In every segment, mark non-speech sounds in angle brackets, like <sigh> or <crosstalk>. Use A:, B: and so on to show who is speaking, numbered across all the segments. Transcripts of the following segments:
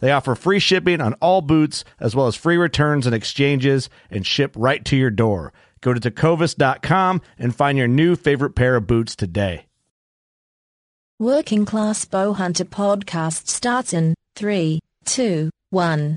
A: They offer free shipping on all boots, as well as free returns and exchanges, and ship right to your door. Go to tecovas.com and find your new favorite pair of boots today.
B: Working Class Bowhunter podcast starts in three, two, one.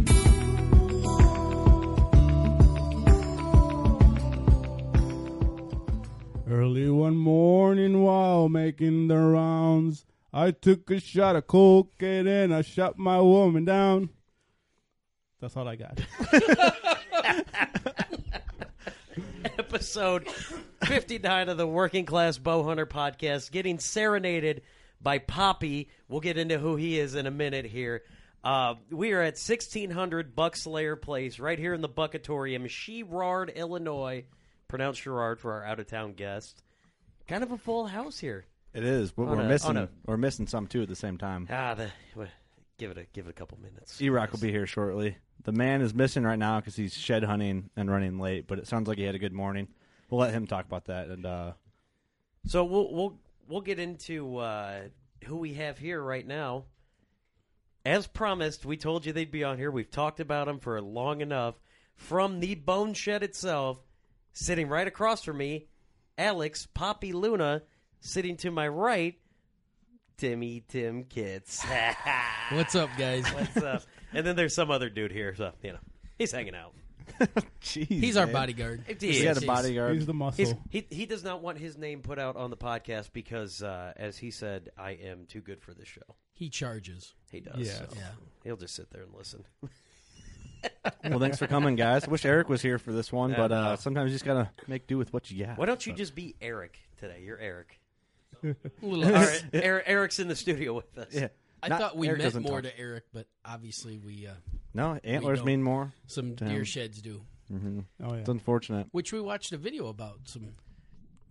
C: Early one morning while making the rounds, I took a shot of cocaine and I shot my woman down. That's all I got.
D: episode 59 of the Working Class Bowhunter podcast, getting serenaded by Poppy. We'll get into who he is in a minute here. Uh, we are at 1600 Bucks Lair Place, right here in the Buckatorium, Sherard, Illinois. Pronounce Sherard for our out of town guest. Kind of a full house here.
E: It is, but
D: On
E: we're
D: a- on
E: missing
D: a-
E: we're missing some too at the same time.
D: Ah, the, well, give it a give it a couple minutes.
E: E Rock will be here shortly. The man is missing right now because he's shed hunting and running late, but it sounds like he had a good morning. We'll let him talk about that. And uh,
D: So we'll we'll we'll get into uh, who we have here right now. As promised, we told you they'd be on here. We've talked about them for long enough. From the bone shed itself, sitting right across from me, Alex Poppy Luna. Sitting to my right, Timmy Tim Kits.
F: What's up, guys?
D: What's up? And then there's some other dude here, so you know he's hanging out.
E: jeez,
F: He's our
E: man.
F: bodyguard.
E: He had a bodyguard.
C: He's the muscle.
D: He's, he he does not want his name put out on the podcast because, uh, as he said, I am too good for this show.
F: He charges.
D: He does.
C: Yeah.
D: so
F: Yeah.
D: He'll just sit there and
G: <laughs>
D: listen.
E: well, thanks for coming, guys. Wish Eric was here for this one,
D: Yeah,
E: but
D: no.
E: uh, sometimes you just gotta make do with what you got.
D: Why don't you just be Eric today? You're Eric.
F: A little,
D: All
E: <laughs>
D: right. Er- Eric's in the studio with us. <laughs>
E: Yeah.
F: I
E: Not-
F: thought we
E: Eric
F: meant
E: doesn't
F: more
E: talk.
F: to Eric, but obviously we uh,
E: No, antlers
F: don't.
E: mean more.
F: some
E: Damn.
F: deer sheds do,
C: Oh yeah.
E: It's unfortunate.
F: which we watched a video about some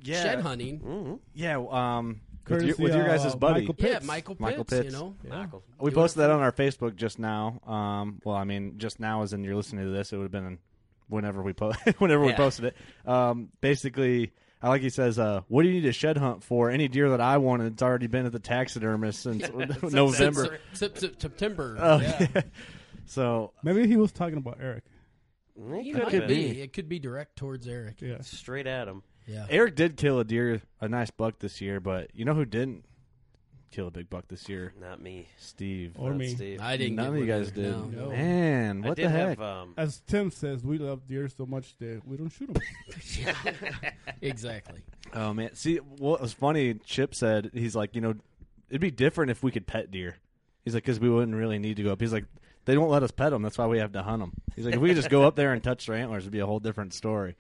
E: Yeah, Mm.
F: shed hunting.
E: yeah. Um, with your,
C: Courtesy
E: with your
C: of,
E: guys'
C: uh,
E: buddy,
C: Michael
F: Yeah,
C: Pitts.
F: Michael Pitts.
E: Michael
F: You
E: Pitts.
F: know, <laughs>
D: Michael.
E: We
F: Doing
E: posted
F: it for-
E: that on our Facebook just now. Um, well, I mean, just now as in you're listening to this, it would have been whenever we po- <laughs> whenever we
D: Yeah.
E: posted it. Um, basically, I like he says, uh, "What do you need a shed hunt for? Any deer that I wanted, it's already been at the
F: <laughs>
E: taxidermist since <laughs> November."
F: Sep- sep- September.
E: Oh, <laughs>
F: yeah.
E: yeah. So
C: Maybe he was talking about Eric.
D: He
F: It
D: could
F: might
D: have been.
F: It could be direct towards Eric.
C: Yeah.
D: Straight at him.
F: Yeah.
E: Eric did kill a deer, a nice buck this year, but you know who didn't?
A: kill a big buck this year.
D: Not me.
A: Steve.
C: Or Not me.
D: Steve.
G: Oh, I didn't
A: None
G: get
A: of you
G: one
A: guys
G: either,
A: did.
G: no. No.
A: Man,
D: I
A: what
D: did
A: the heck?
D: have, um,
C: As Tim says, we love deer so much that we don't shoot them.
E: <laughs>
G: exactly.
A: Oh man, see what was funny? Chip said he's like, you know, it'd be different if we could pet deer. He's like, because we wouldn't really need to go up. He's like, they don't let us pet them. That's why we have to hunt them. He's like, if we could just go up there and touch their antlers, it'd be a whole different story.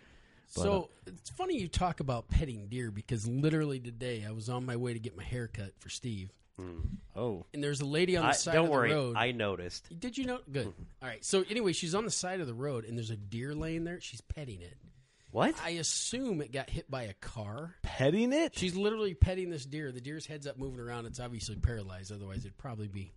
A: But, uh,
G: so it's funny you talk about petting deer because literally today I was on my way to get my hair cut for Steve,
A: oh,
G: <laughs> and there's a lady on the
D: I-
G: side
D: don't
G: of the
D: worry.
G: road.
D: I noticed.
G: Did you know? Good. All right. So anyway, she's on the side of the road, and there's a deer laying there. She's petting it.
D: What?
G: I assume it got hit by a car.
A: petting it?
G: She's literally petting this deer. The deer's head's up, moving around. It's obviously paralyzed. Otherwise, it'd probably be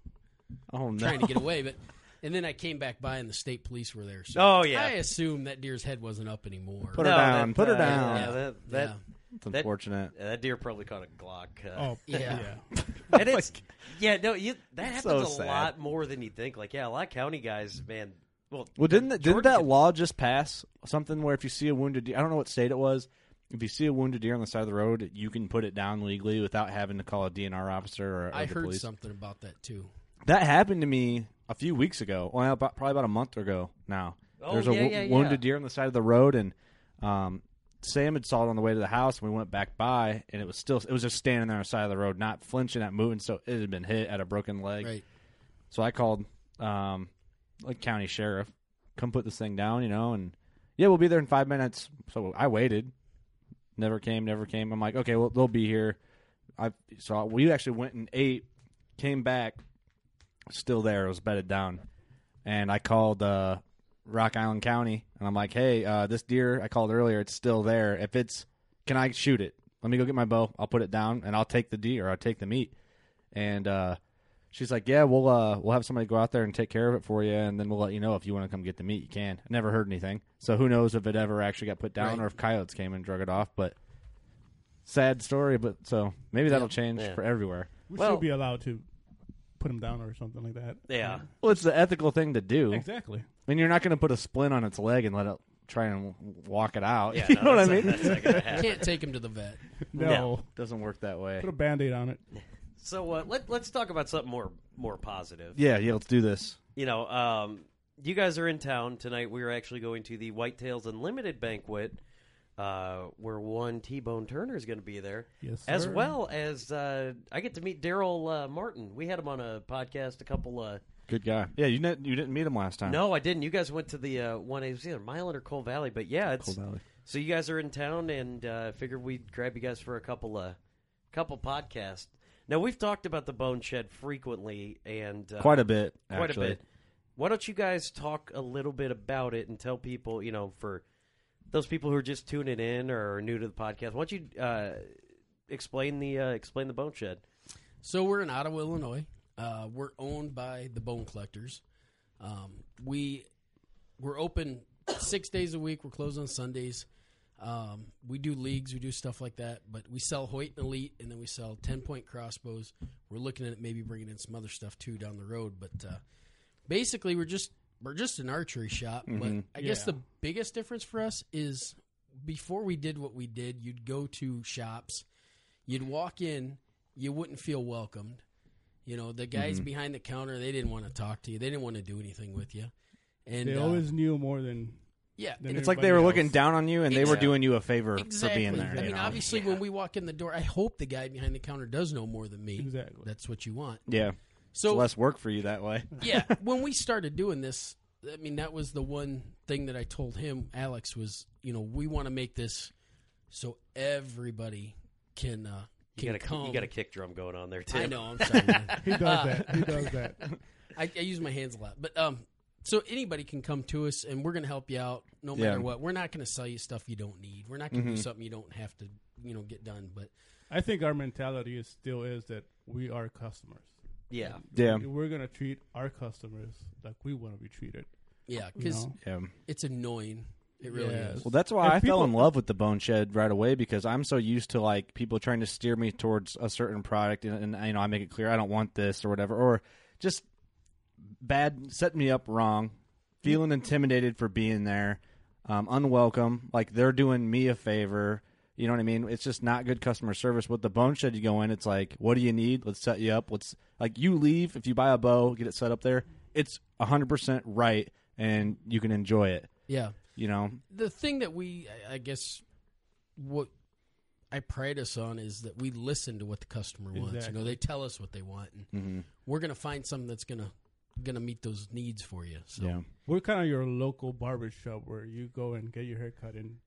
A: Oh no!
G: <laughs> trying to get away. But and then I came back by, and the state police were there. So
D: Oh, yeah.
G: I assume that deer's head wasn't up anymore.
A: Put her down. Put her
D: uh,
A: down.
D: Yeah, that, that,
G: Yeah.
A: It's unfortunate.
D: yeah, that deer probably caught a Glock. Uh,
C: Oh,
G: Yeah.
D: <laughs> and it's yeah, no, you, that
A: That's
D: happens
A: so
D: a
A: sad.
D: lot more than you think. Like, yeah, a lot of county guys, man. Well,
A: Well, didn't that, didn't
D: Jordan
A: that
D: can-
A: law just pass something where if you see a wounded deer, I don't know what state it was, if you see a wounded deer on the side of the road, you can put it down legally without having to call a DNR officer or, or
G: I
A: the
G: heard
A: police.
G: something about that too.
A: That happened to me a few weeks ago. Well, about, probably about a month ago now.
D: Oh,
A: There's a
D: yeah,
A: wo-
D: yeah, yeah.
A: wounded deer on the side of the road, and um, Sam had saw it on the way to the house. And we went back by, and it was still it was just standing there on the side of the road, not flinching, not moving. So it had been hit at a broken leg.
G: Right.
A: So I called um, like county sheriff, come put this thing down, you know, and yeah, we'll be there in five minutes. So I waited, never came, never came. I'm like, okay, well they'll be here. I so we actually went and ate, came back, still there. It was bedded down, and I called uh, Rock Island County, and I'm like, hey, uh, this deer I called earlier, it's still there. If it's, can I shoot it? Let me go get my bow. I'll put it down, and I'll take the deer. I'll take the meat and uh, she's like, "Yeah, we'll uh, we'll have somebody go out there and take care of it for you, and then we'll let you know if you want to come get the meat. You can." I never heard anything, so who knows if it ever actually got put down
G: Right.
A: or if coyotes came and drug it off. But sad story, but so maybe that'll change
D: Yeah.
A: for everywhere.
C: We
D: Well-
C: should be allowed to put them down or something like that.
D: Yeah.
A: Well, it's the ethical thing to do.
C: Exactly.
A: I mean, you're not going to put a splint on its leg and let it try and walk it out.
D: Yeah,
A: <laughs> you know
D: no,
A: what
D: that's
A: I
D: not-
A: mean?
D: that's not gonna happen.
G: <laughs> Can't take him to the vet.
C: No.
A: Doesn't work that way.
C: Put a band aid on it.
D: So uh, let let's talk about something more more positive.
A: Yeah, yeah. Let's do this.
D: You know, um, you guys are in town tonight. We are actually going to the Whitetails Unlimited banquet, uh, where one T Bone Turner is going to be there,
C: Yes,
D: as
C: sir.
D: well as uh, I get to meet Daryl uh, Martin. We had him on a podcast a couple. Uh,
A: Good guy. Yeah, you ne- you didn't meet him last time.
D: no, I didn't. You guys went to the uh, one. It was either Milan or Coal Valley, but yeah, it's
A: Cold Valley.
D: So you guys are in town, and uh, figured we'd grab you guys for a couple uh, couple podcasts. Now we've talked about the Bone Shed frequently, and uh,
A: Quite a bit.
D: quite
A: actually.
D: a bit. Why don't you guys talk a little bit about it and tell people, you know, for those people who are just tuning in or are new to the podcast, why don't you uh, explain the uh, explain the Bone Shed?
G: So we're in Ottawa, Illinois. Uh, we're owned by the Bone Collectors. Um, we we're open six days a week. We're closed on Sundays. Um, we do leagues, we do stuff like that, but we sell Hoyt and Elite, and then we sell ten point crossbows. We're looking at maybe bringing in some other stuff too down the road, but uh, basically we're just we're just an archery shop. But I guess the biggest difference for us is before we did what we did, you'd go to shops, you'd walk in, you wouldn't feel welcomed. You know, the guys behind the counter, they didn't want to talk to you. They didn't want to do anything with you. And
C: They
G: uh,
C: always knew more than.
G: yeah,
C: than
A: It's like they were
C: everybody
A: looking
C: else.
A: down on you, and they were
G: Exactly.
A: doing you a favor
G: exactly.
A: for being there.
G: I
A: you
G: mean,
A: know?
G: obviously, when we walk in the door, I hope the guy behind the counter does know more than me.
C: Exactly.
G: That's what you want.
A: yeah,
G: So
A: it's less work for you that way.
G: yeah, when we started doing this, I mean, that was the one thing that I told him, Alex, was you know we want to make this so everybody can uh, <laughs>
D: You
G: can
D: got a
G: come.
D: you got a kick drum going on there too.
G: I know. I'm sorry. man.
C: <laughs> He does that.
A: <laughs>
C: He does that.
G: I, I use my hands a lot, but um, so anybody can come to us, and we're going to help you out no
A: Yeah.
G: matter what. We're not going to sell you stuff you don't need. We're not going to do something you don't have to, you know, get done. But
C: I think our mentality is still is that we are customers.
G: <laughs>
D: Yeah,
A: Yeah,
C: We're gonna treat our customers like we want to be treated.
G: yeah,
C: You
G: because
C: know?
A: yeah.
G: it's annoying. It really
C: Yes.
G: is.
A: Well, that's why
C: And
A: I fell
C: people-
A: in love with the bone shed right away because I'm so used to like people trying to steer me towards a certain product, and, and you know I make it clear I don't want this or whatever, or just bad setting me up wrong, feeling intimidated for being there, um, unwelcome, like they're doing me a favor. You know what I mean? It's just not good customer service. With the bone shed, you go in, it's like, what do you need? Let's set you up. Let's like you leave if you buy a bow, get it set up there. It's hundred percent right, and you can enjoy it.
G: Yeah.
A: you know,
G: the thing that we I- i guess what i pride us on is that we listen to what the customer wants you know
H: Exactly.
G: they tell us what they want and
A: Mhm.
G: we're gonna find something that's gonna gonna meet those needs for you so
A: Yeah.
C: We're kind of your local barber shop where you go and get your hair cut and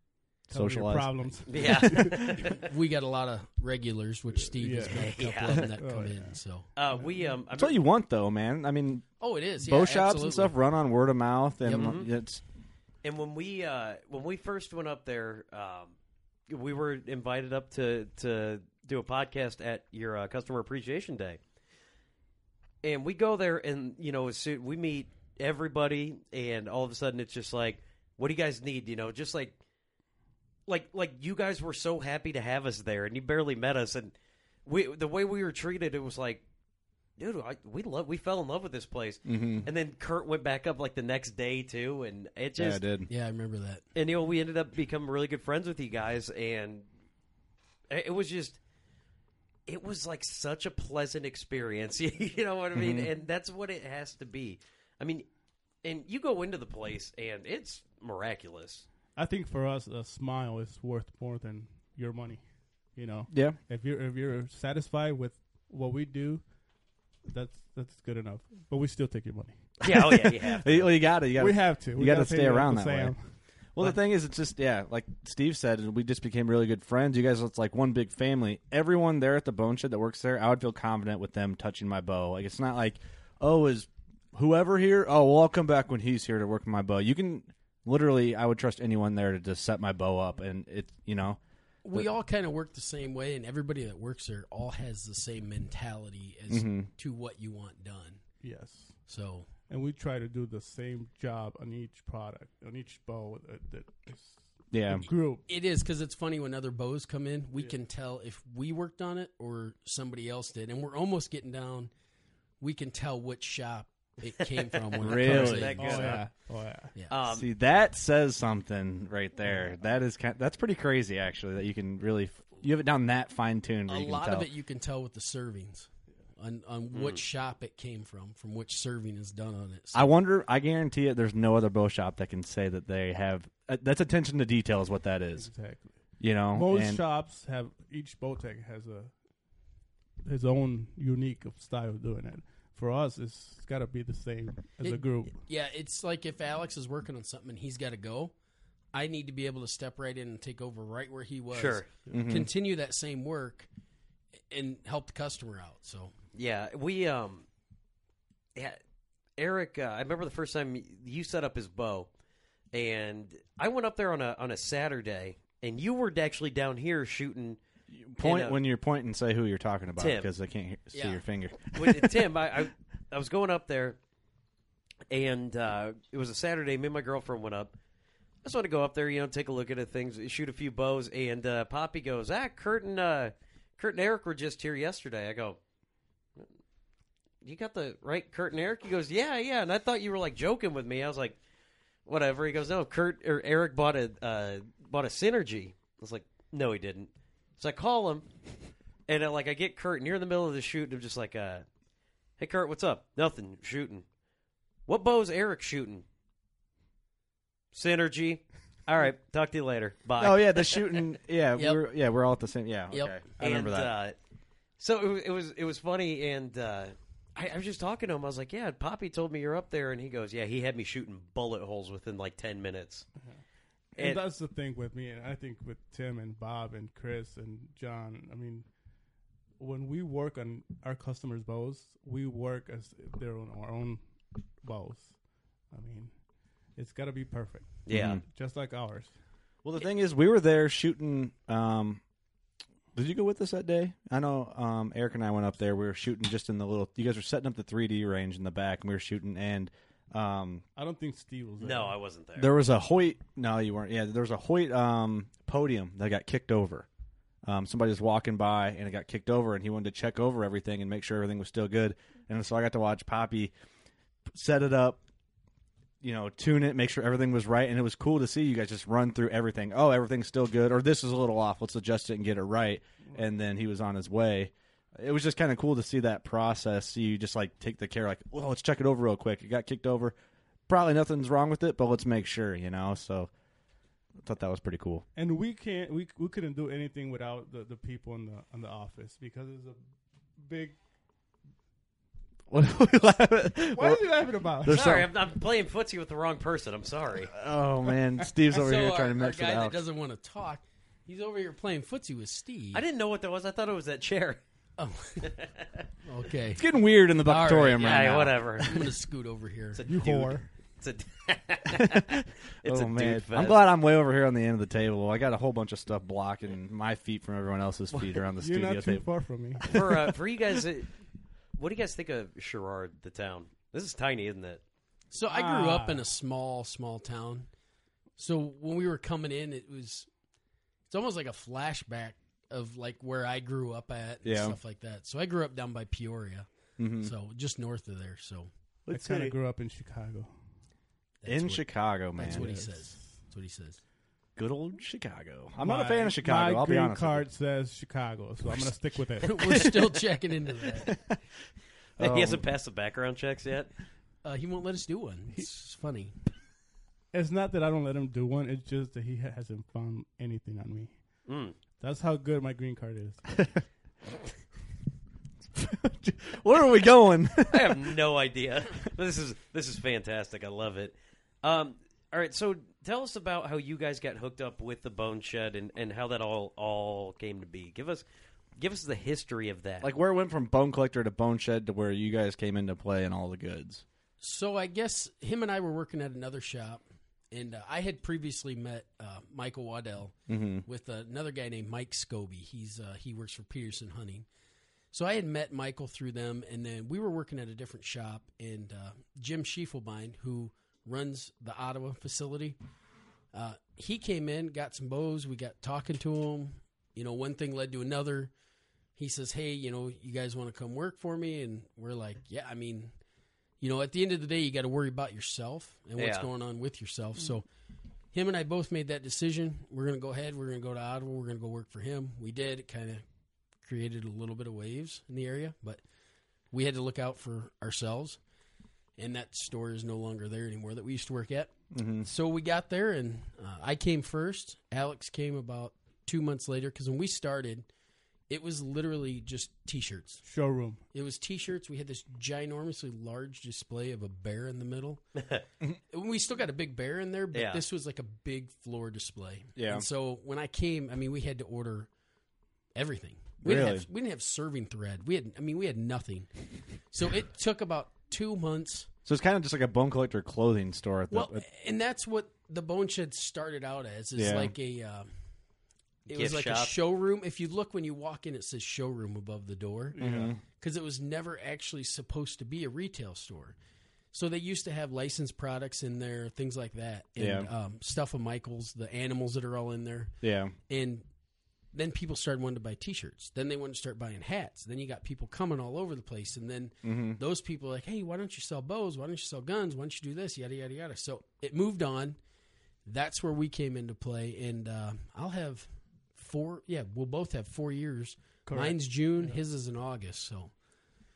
C: tell 'em
A: Socialize.
C: your problems. <laughs>
G: we got a lot of regulars which steve has got a couple
D: Yeah.
G: of them that
C: <laughs> Oh,
G: come
C: yeah.
G: in so
D: <laughs> Uh, we um, I
A: That's what you want, though, man. I mean,
G: Oh, it is.
A: bow
G: Yeah,
A: shops
G: absolutely.
A: and stuff run on word of mouth, and
G: Yep.
A: like, it's
D: And when we uh, when we first went up there, um, we were invited up to to do a podcast at your uh, customer appreciation day, and we go there, and you know, as soon, we meet everybody, and all of a sudden, it's just like, what do you guys need? You know, just like like like you guys were so happy to have us there, and you barely met us, and we the way we were treated, it was like. Dude, I, we love we fell in love with this place,
A: Mhm.
D: and then Kurt went back up like the next day too, and it just
A: yeah, I did.
G: yeah i remember that
D: and you know we ended up becoming really good friends with you guys and it it was just it was like such a pleasant experience <laughs> you know what i mean and that's what it has to be i mean and you go into the place and it's miraculous
C: I think for us, a smile is worth more than your money. You know,
A: Yeah,
C: if you're if you're satisfied with what we do, that's that's good enough. But we still take your money.
D: yeah oh yeah you <laughs> have to.
A: well, you got it. You got
C: we have to. We
A: you gotta
C: gotta pay
A: stay
C: Uncle
A: around that
C: Sam.
A: way. Well, the thing is, it's just yeah, like Steve said, we just became really good friends. You guys, it's like one big family. Everyone there at the bone shed that works there, I would feel confident with them touching my bow. Like it's not like, oh, is whoever here? Oh, well, I'll come back when he's here to work my bow. You can literally, I would trust anyone there to just set my bow up, and it, you know,
G: we all kind of work the same way and everybody that works there all has the same mentality as to what you want done
C: Yes,
G: so
C: and we try to do the same job on each product, on each bow. uh, That
A: yeah,
C: the group.
G: It is because it's funny when other bows come in, we can tell if we worked on it or somebody else did, and we're almost getting down. We can tell which shop it
A: <laughs>
G: came from. When It
A: really.
G: comes in.
D: that
C: Oh
D: good.
C: yeah. Oh yeah.
D: um,
A: See, that says something right there. That is kind. That's pretty crazy, actually. That you can really f- you have it down that fine tuned.
G: A
A: you can
G: lot
A: tell.
G: of it you can tell with the servings on on which shop it came from, from which serving is done on it. So
A: I wonder. I guarantee it. There's no other bow shop that can say that they have. Uh, that's attention to detail is what that is.
C: Exactly.
A: You know,
C: Most
A: and
C: shops have each Botec has a his own unique of style of doing it. For us, it's got to be the same as a
G: It-
C: group.
G: yeah, it's like if Alex is working on something and he's got to go, I need to be able to step right in and take over right where he was.
D: Sure.
G: Continue that same work and help the customer out. So
D: Yeah, we um, yeah, Eric. Uh, I remember the first time you set up his bow, and I went up there on a on a Saturday, and you were actually down here shooting
A: point
D: in a-
A: when you're pointing, say who you're talking about
D: Tim.
A: because I can't hear, see
G: Yeah.
A: your finger. <laughs>
D: with Tim. I, I I was going up there, and uh, it was a Saturday. Me and my girlfriend went up. I just want to go up there, you know, take a look at it, things, shoot a few bows, and uh, Poppy goes, "Ah, Kurt and uh, Kurt and Eric were just here yesterday." I go, "You got the right Kurt and Eric?" He goes, "Yeah, yeah." And I thought you were like joking with me. I was like, "Whatever." He goes, "No, Kurt or Eric bought a uh, bought a synergy." I was like, "No, he didn't." So I call him, and uh, like I get Kurt near the middle of the shoot, and I'm just like, uh, "Hey, Kurt, what's up? Nothing. Shooting. What bow's Eric shooting? Synergy. All right. Talk to you later. Bye."
A: Oh yeah, the shooting. Yeah,
G: Yep.
A: we're yeah we're all at the same. Yeah, okay.
G: Yep.
A: I remember
D: and,
A: that.
D: Uh, so it was, it was it was funny, and uh, I, I was just talking to him. I was like, "Yeah, Poppy told me you're up there," and he goes, "Yeah, he had me shooting bullet holes within like ten minutes."
C: And,
D: And-
C: that's the thing with me, and I think with Tim and Bob and Chris and John. I mean, when we work on our customers' bows, we work as if they're on our own bows. I mean, it's got to be perfect,
D: Yeah.
C: just like ours.
A: Well, the thing is, we were there shooting. Um, did you go with us that day? I know um, Eric and I went up there. We were shooting just in the little. You guys were setting up the 3D range in the back, and we were shooting. And um,
C: I don't think Steve was there.
D: No, I wasn't there.
A: there was a Hoyt. No, you weren't. Yeah, there was a Hoyt um, podium that got kicked over. Um, somebody was walking by and it got kicked over, and he wanted to check over everything and make sure everything was still good. And so I got to watch Poppy set it up, you know, tune it, make sure everything was right, and it was cool to see you guys just run through everything. Oh, everything's still good, or this is a little off. Let's adjust it and get it right. And then he was on his way. It was just kind of cool to see that process. See you just like take the care, like, well, let's check it over real quick. It got kicked over. Probably nothing's wrong with it, but let's make sure, you know. So I thought that was pretty cool. <laughs>
C: and we can't we we couldn't do anything without the, the people in the in the office because it's a big.
A: What are we laughing?
C: What are you laughing about?
D: sorry, I'm, I'm playing footsie with the wrong person. I'm sorry.
A: Oh man, Steve's over
G: So
A: here
G: our-
A: trying to mix
G: our guy
A: it
G: that
A: out.
G: doesn't want to talk. He's over here playing footsie with Steve.
D: I didn't know what that was. I thought it was that chair.
G: Oh. okay.
A: It's getting weird in the
G: All right,
A: Buckatorium
D: yeah,
A: right now.
D: whatever.
G: I'm
D: <laughs>
G: gonna scoot over here.
D: It's a
C: You
D: dude.
C: whore.
D: It's a. <laughs>
A: <laughs>
D: it's
A: oh,
D: a
A: man.
D: dude fest.
A: I'm glad I'm way over here on the end of the table. I got a whole bunch of stuff blocking my feet from everyone else's feet around the
C: You're
A: studio
C: not too
A: table.
C: far from me.
D: for uh, for you guys. uh, What do you guys think of Sherrard, the town? This is tiny, isn't it? <laughs>
G: So I grew up
C: Ah.
G: in a small, small town. So when we were coming in, it was it's almost like a flashback of like where I grew up at and
A: Yeah. Mm-hmm.
G: stuff like that. So I grew up down by Peoria, so just north of there. So
C: I kind of grew up in Chicago.
A: in
G: what-
A: Chicago, man.
G: that's what he says. That's what he says.
A: Good old Chicago. I'm not a
C: My-
A: fan of Chicago.
C: My
A: I'll
C: green
A: be honest. with
C: card says Chicago, so I'm gonna stick
G: <laughs>
C: with it.
G: we're still checking into that.
A: Oh.
D: he hasn't passed the background checks yet.
G: Uh, he won't let us do one. It's funny.
C: It's not that I don't let him do one. It's just that he ha- hasn't found anything on me.
D: Mm.
C: That's how good my green card is.
A: you. <laughs> Where are we going?
D: I have no idea. <laughs> This is this is fantastic. I love it. Um, all right, so tell us about how you guys got hooked up with the Bone Shed and, and how that all all came to be. Give us give us the history of that.
A: like where it went from bone collector to bone shed to where you guys came into play and all the goods.
G: So I guess him and I were working at another shop, and uh, I had previously met uh, Michael Waddell with another guy named Mike Scobie. He's uh, he works for Peterson Hunting. So I had met Michael through them, and then we were working at a different shop, and uh, Jim Schiefelbein, who runs the Ottawa facility, uh, he came in, got some bows. We got talking to him. You know, one thing led to another. He says, "Hey, you know, you guys want to come work for me?" And we're like, "Yeah, I mean." you know, at the end of the day, you got to worry about yourself and what's
D: Yeah.
G: going on with yourself. So, him and I both made that decision. We're going to go ahead. We're going to go to Ottawa. We're going to go work for him. We did. It kind of created a little bit of waves in the area, but we had to look out for ourselves. And that store is no longer there anymore that we used to work at. So we got there, and uh, I came first. Alex came about two months later because when we started, it was literally just t-shirts.
C: Showroom.
G: It was T-shirts. We had this ginormously large display of a bear in the middle. we still got a big bear in there, but
D: Yeah.
G: this was like a big floor display.
A: Yeah.
G: And so when I came, I mean, we had to order everything. We
A: Really?
G: didn't have we didn't have serving thread. We had I mean, we had nothing. So it took about two months.
A: So it's kind of just like a bone collector clothing store. At the,
G: Well,
A: at-
G: and that's what the Bone Shed started out as. Is
A: Yeah.
G: like a. Uh, it was
D: Gift
G: like a
D: shop.
G: showroom. If you look when you walk in, it says showroom above the door because it was never actually supposed to be a retail store. So they used to have licensed products in there, things like that, and
A: Yeah.
G: um, stuff of Michaels, the animals that are all in there,
A: yeah.
G: and then people started wanting to buy T-shirts. Then they wanted to start buying hats. Then you got people coming all over the place, and then those people are like, "Hey, why don't you sell bows? Why don't you sell guns? Why don't you do this? Yada yada yada." So it moved on. That's where we came into play, and uh, I'll have four. Yeah, we'll both have four years. Mine's June, his is in August. So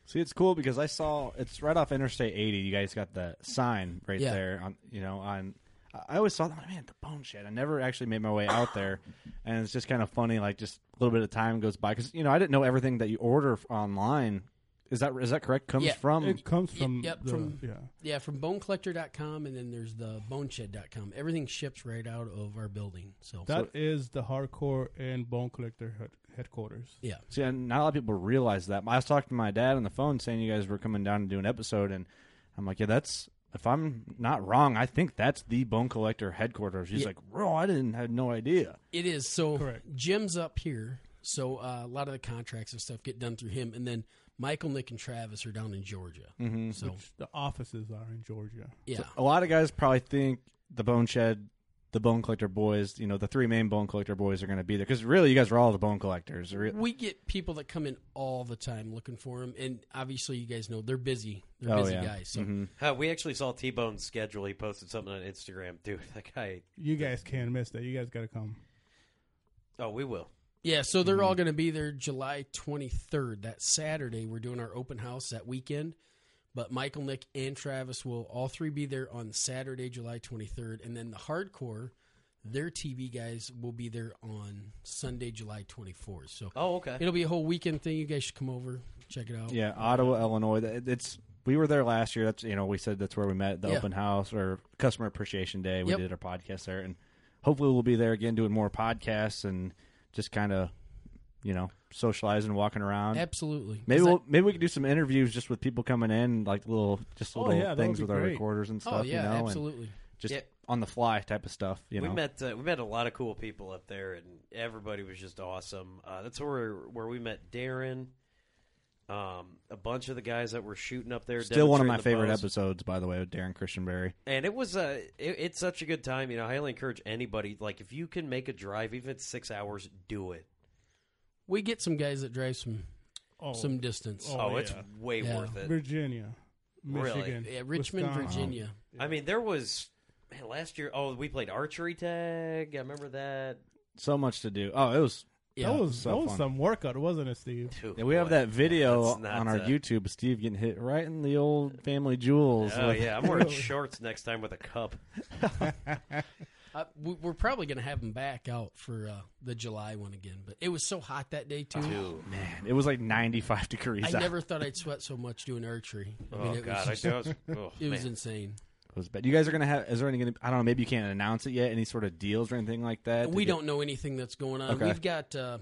A: See, it's cool because I saw it's right off Interstate 80. You guys got the sign right
G: Yeah.
A: there on you know on. I- I always saw that man the bone shed. I never actually made my way out there, and it's just kind of funny. Like just a little bit of time goes by because you know I didn't know everything that you order f- online. Is that is that correct? Comes
G: Yeah.
A: from
C: Um, It comes
G: Y-
C: from
G: yep,
C: the,
G: from-
C: yeah.
G: yeah, from bonecollector.com, and then there's the boneshed.com. Everything ships right out of our building. So
C: That is the hardcore and bone collector head- headquarters.
G: yeah,
A: See, and not a lot of people realize that. I was talking to my dad on the phone saying you guys were coming down to do an episode, and I'm like, yeah, that's if I'm not wrong, I think that's the Bone Collector headquarters. He's
G: Yeah.
A: like, bro, I didn't have no idea.
G: It is so.
C: Correct.
G: Jim's up here, so uh, a lot of the contracts and stuff get done through him, and then Michael, Nick, and Travis are down in Georgia. Mm-hmm. So
C: The offices are in Georgia.
G: yeah,
A: A lot of guys probably think the Bone Shed the bone collector boys, you know, the three main bone collector boys are going to be there because really, you guys are all the bone collectors. Re-
G: We get people that come in all the time looking for them, and obviously, you guys know they're busy. They're
A: Oh,
G: busy
A: yeah.
G: guys. So
A: Mhm.
D: Uh, we actually saw T Bone's schedule. He posted something on Instagram. Dude, <laughs> that guy.
C: You guys can't miss that. You guys got to come.
D: Oh, we will.
G: yeah, so they're
A: Mm-hmm.
G: all going to be there July 23rd. That Saturday, we're doing our open house that weekend. But Michael, Nick, and Travis will all three be there on Saturday, July 23rd, and then the hardcore, their TV guys will be there on Sunday, July 24th. So
D: Oh, okay.
G: it'll be a whole weekend thing. You guys should come over, check it out.
A: Yeah, Ottawa, Illinois. Th- It's we were there last year. That's you know we said that's where we met the
G: Yeah.
A: open house or customer appreciation day. We
G: Yep.
A: did our podcast there, and hopefully we'll be there again doing more podcasts and just kind of you know socializing, walking around.
G: Absolutely.
A: Maybe
G: Is
A: we'll maybe we could do some interviews just with people coming in, like little just
C: Oh,
A: little
C: yeah, that
A: things
C: would
A: with
C: be
A: our
C: great.
A: recorders and
G: Oh,
A: stuff.
G: yeah,
A: you know, and
G: absolutely.
A: just
D: Yeah.
A: on the fly type of stuff. You know,
D: We met uh, we met a lot of cool people up there, and everybody was just awesome. Uh, that's where where we met Darren, um, a bunch of the guys that were shooting up there.
A: still one of
D: demonstrating
A: my
D: the
A: favorite
D: bows.
A: episodes, by the way, with Darren Christianberry.
D: And it was uh, it, it's such a good time. You know, I highly encourage anybody. Like, if you can make a drive, even if it's six hours, do it.
G: We get some guys that drive some
C: Oh,
G: some distance.
C: Oh,
D: Oh, it's
C: yeah.
D: way
G: Yeah.
D: worth it.
C: Virginia,
D: Really?
C: Michigan,
G: Yeah, Richmond,
C: Wisconsin.
G: Virginia.
D: I mean, there was man, last year. Oh, we played archery tag. I remember that.
A: So much to do. Oh, it was.
G: Yeah.
C: that was
A: so
C: that was
A: fun.
C: some workout, wasn't it, Steve?
D: Dude,
A: Yeah, we have
D: boy,
A: that video
D: that's not,
A: on our
D: uh,
A: YouTube. Steve getting hit right in the old family jewels.
D: Oh
A: with-
D: yeah, I'm wearing shorts next time with a cup.
G: Uh, we, we're probably going to have them back out for uh, the July one again. But it was so hot that day, too.
A: <laughs> Man, it was like 95 degrees.
G: I
A: out.
G: never thought I'd sweat so much doing archery. I
D: Oh
G: it
D: god, I
G: was,
D: do. I
G: <laughs>
D: was, oh,
G: it was
D: man.
G: insane.
A: It was bad. You guys are gonna have? Is there any? Gonna, I don't know. Maybe you can't announce it yet. Any sort of deals or anything like that. to
G: We
A: get-
G: don't know anything that's going on.
A: Okay.
G: We've got uh,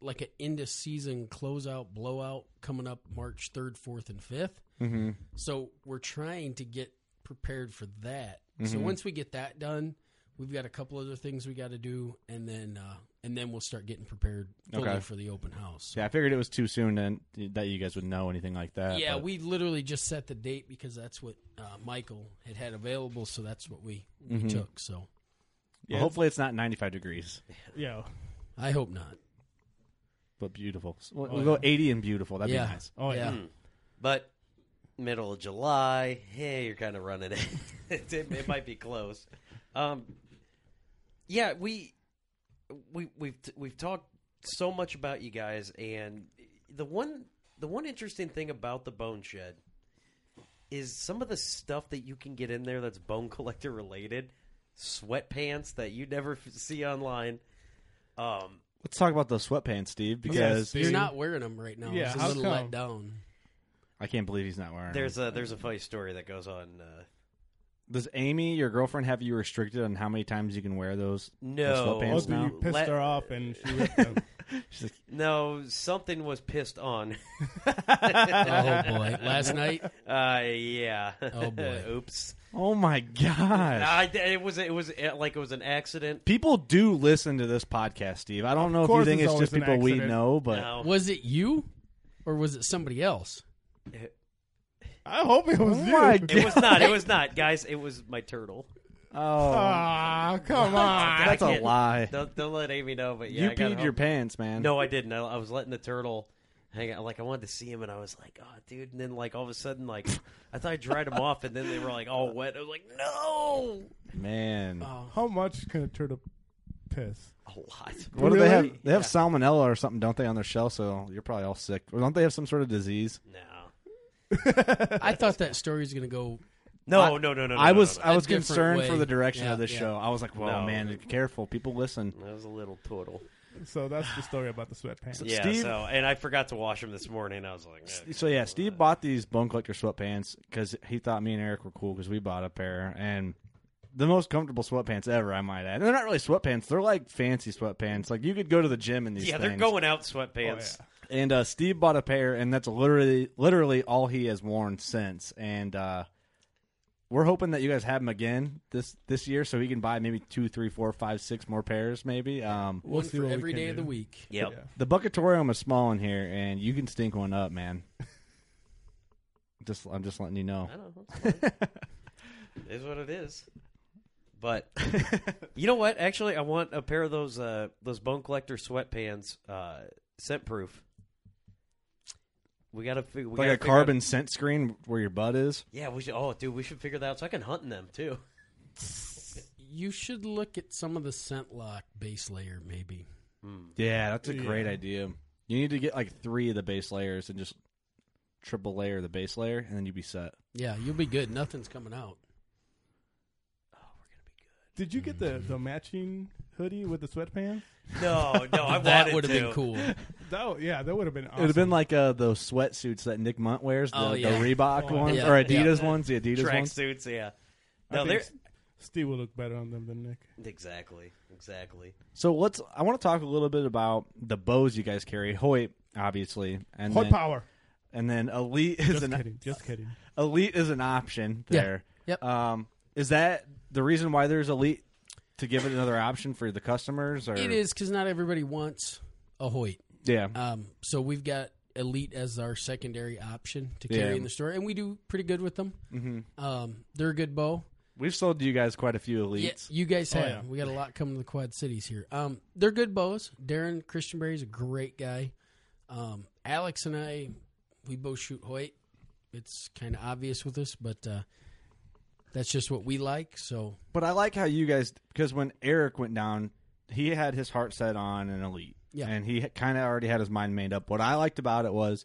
G: like an end of season closeout blowout coming up March 3rd, 4th, and 5th.
A: Mhm.
G: So we're trying to get prepared for that. So once we get that done, we've got a couple other things we got to do, and then uh, and then we'll start getting prepared fully
A: Okay.
G: for the open house.
A: Yeah, I figured it was too soon and that you guys would know anything like that.
G: Yeah,
A: but-
G: we literally just set the date because that's what uh, Michael had had available, so that's what we, we took. So
A: well, hopefully it's not 95 degrees,
C: Yeah.
G: I hope not.
A: but beautiful. So We'll, we'll go 80 and beautiful. That'd
G: Oh, yeah.
A: be nice.
C: Oh yeah.
D: But middle of July, hey, you're kind of running it. <laughs> it. It might be close. Um, yeah, we we we've we've talked so much about you guys, and the one the one interesting thing about the Bone Shed is some of the stuff that you can get in there that's bone collector related, sweatpants that you never <laughs> f- see online. Um,
A: Let's talk about those sweatpants, Steve, because
C: Steve.
G: You're not wearing them right now.
C: Yeah,
G: it's a
C: how
G: little
C: come?
G: let down.
A: I can't believe he's not wearing. them.
D: there's a there's a funny story that goes on. Uh,
A: Does Amy, your girlfriend, have you restricted on how many times you can wear those?
D: No.
A: those sweatpants
C: Oh, so you
A: now?
C: pissed
D: Let-
C: her off, and she
G: <laughs>
C: ripped them.
D: No, something was pissed on.
G: <laughs>
D: <laughs>
G: Oh boy! <laughs> Last night,
D: Uh, yeah.
G: Oh, boy.
D: <laughs> Oops.
A: Oh my gosh.
D: I, it was it was uh, like it was an accident.
A: People do listen to this podcast, Steve. I don't know if you
C: course
A: think
C: it's
A: it's just
C: always an
A: people we
C: accident.
A: know, but
D: No.
G: was it you, or was it somebody else?
C: I hope it was
A: Oh
C: you.
A: my
C: <laughs>
D: It was not. It was not, guys. It was my turtle.
A: oh,
C: Ah, come on.
A: that's
D: I
A: a
D: can't-
A: lie.
D: Don't don't let Amy know. But yeah,
A: you
D: I got
A: peed your
D: home.
A: pants, man.
D: No, I didn't. I, I was letting the turtle. hang out. like I wanted to see him, and I was like, "Oh, dude!" And then, like all of a sudden, like I thought I dried him off, and then they were like all wet. I was like, "No,
A: man.
D: Oh.
C: How much can a turtle piss?
D: a lot."
A: what do they have?
C: really?
A: They have salmonella or something, don't they, on their shell? So you're probably all sick. Or don't they have some sort of disease?
D: No,
G: I thought that story was going to go.
D: no, no, no, no, no.
A: I
D: no,
A: was
D: no,
A: I was
G: different
A: concerned
G: way.
A: for the direction
G: Yeah,
A: of this
G: yeah.
A: show. I was like, well,
D: No.
A: man, careful. People listen.
D: no. That was a little turtle.
C: So that's the story about the sweatpants.
D: Yeah,
A: Steve-
D: so and I forgot to wash them this morning. I was like, eh.
A: So yeah, Steve bought these bone collector sweatpants because he thought me and Eric were cool because we bought a pair and the most comfortable sweatpants ever, I might add. And they're not really sweatpants; they're like fancy sweatpants. Like you could go to the gym in these.
D: yeah, they're
A: things.
D: going out sweatpants.
A: And uh, Steve bought a pair, and that's literally literally all he has worn since. And uh, we're hoping that you guys have him again this this year, so he can buy maybe two, three, four, five, six more pairs, maybe. Um,
G: One
C: see
G: for
C: what we
G: every
C: can
G: day of
C: do.
G: the week.
D: Yep.
A: the bucketorium is small in here, and you can stink one up, man. Just I'm just letting you know.
D: I don't know. It's fine. It is what it is. But <laughs> you know what? Actually, I want a pair of those uh, those bone collector sweatpants, uh, scent proof. We gotta figure. We
A: like
D: gotta
A: a
D: figure out-
A: carbon scent screen where your butt is.
D: Yeah, we should. Oh, dude, we should figure that out so I can hunt in them too.
G: You should look at some of the scent lock base layer, maybe.
A: Yeah, that's a great
G: Yeah.
A: idea. You need to get like three of the base layers and just triple layer the base layer, and then you'd be set.
G: Yeah, you'll be good. Nothing's coming out.
C: Did you get the, the matching hoodie with the sweatpants?
D: No, no, <laughs> I
G: That wanted would've been to. cool.
C: That would- yeah, that would have been.
A: It would have been like uh, those sweatsuits that Nick Munt wears, the,
G: Oh,
A: the
G: yeah.
A: Reebok
C: Oh,
A: ones
G: yeah.
A: or
G: Yeah.
A: Adidas ones, the Adidas
D: Track
A: ones.
D: suits, yeah.
C: I
D: No,
C: think
D: they're
C: S- Steve would look better on them than Nick.
D: exactly, exactly.
A: So let's. I want to talk a little bit about the bows you guys carry. Hoyt, obviously, and
C: Hoyt
A: then-
C: power.
A: and then elite is
C: Just
A: an
C: kidding. Just kidding.
A: elite is an option
G: Yeah.
A: there.
G: Yep.
A: Um, is that the reason why there's elite to give it another option for the customers? Or
G: It is because not everybody wants a Hoyt.
A: Yeah.
G: Um, so we've got Elite as our secondary option to
A: Yeah.
G: carry in the store, and we do pretty good with them.
A: Mhm.
G: Um, they're a good bow.
A: We've sold you guys quite a few
G: Yeah,
A: elites.
G: you guys
A: Oh,
G: have.
A: yeah.
G: We got a lot coming to the Quad Cities here. Um, they're good bows. Darren Christianberry's a great guy. Um, Alex and I, we both shoot Hoyt. It's kind of obvious with us, but uh, that's just what we like. So
A: But I like how you guys because when Eric went down, he had his heart set on an elite,
G: Yeah.
A: and he kind of already had his mind made up. What I liked about it was,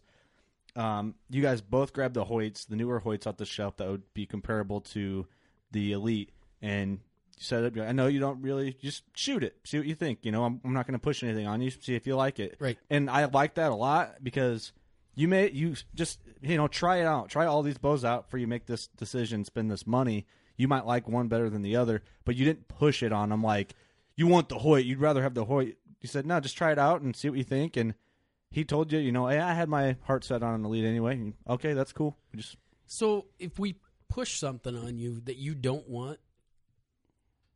A: um, you guys both grabbed the Hoyts, the newer Hoyts off the shelf that would be comparable to the elite, and you set up. you're like, I know you don't really just shoot it, see what you think. You know, I'm, I'm not going to push anything on you, see if you like it.
G: Right.
A: And I like that a lot because. You may you just you know try it out, try all these bows out before you make this decision, spend this money. You might like one better than the other, but you didn't push it on them like you want the Hoyt. You'd rather have the Hoyt. You said no, just try it out and see what you think. And he told you, you know, hey, I had my heart set on an elite anyway. And you, okay, that's cool. We Just
G: So if we push something on you that you don't want,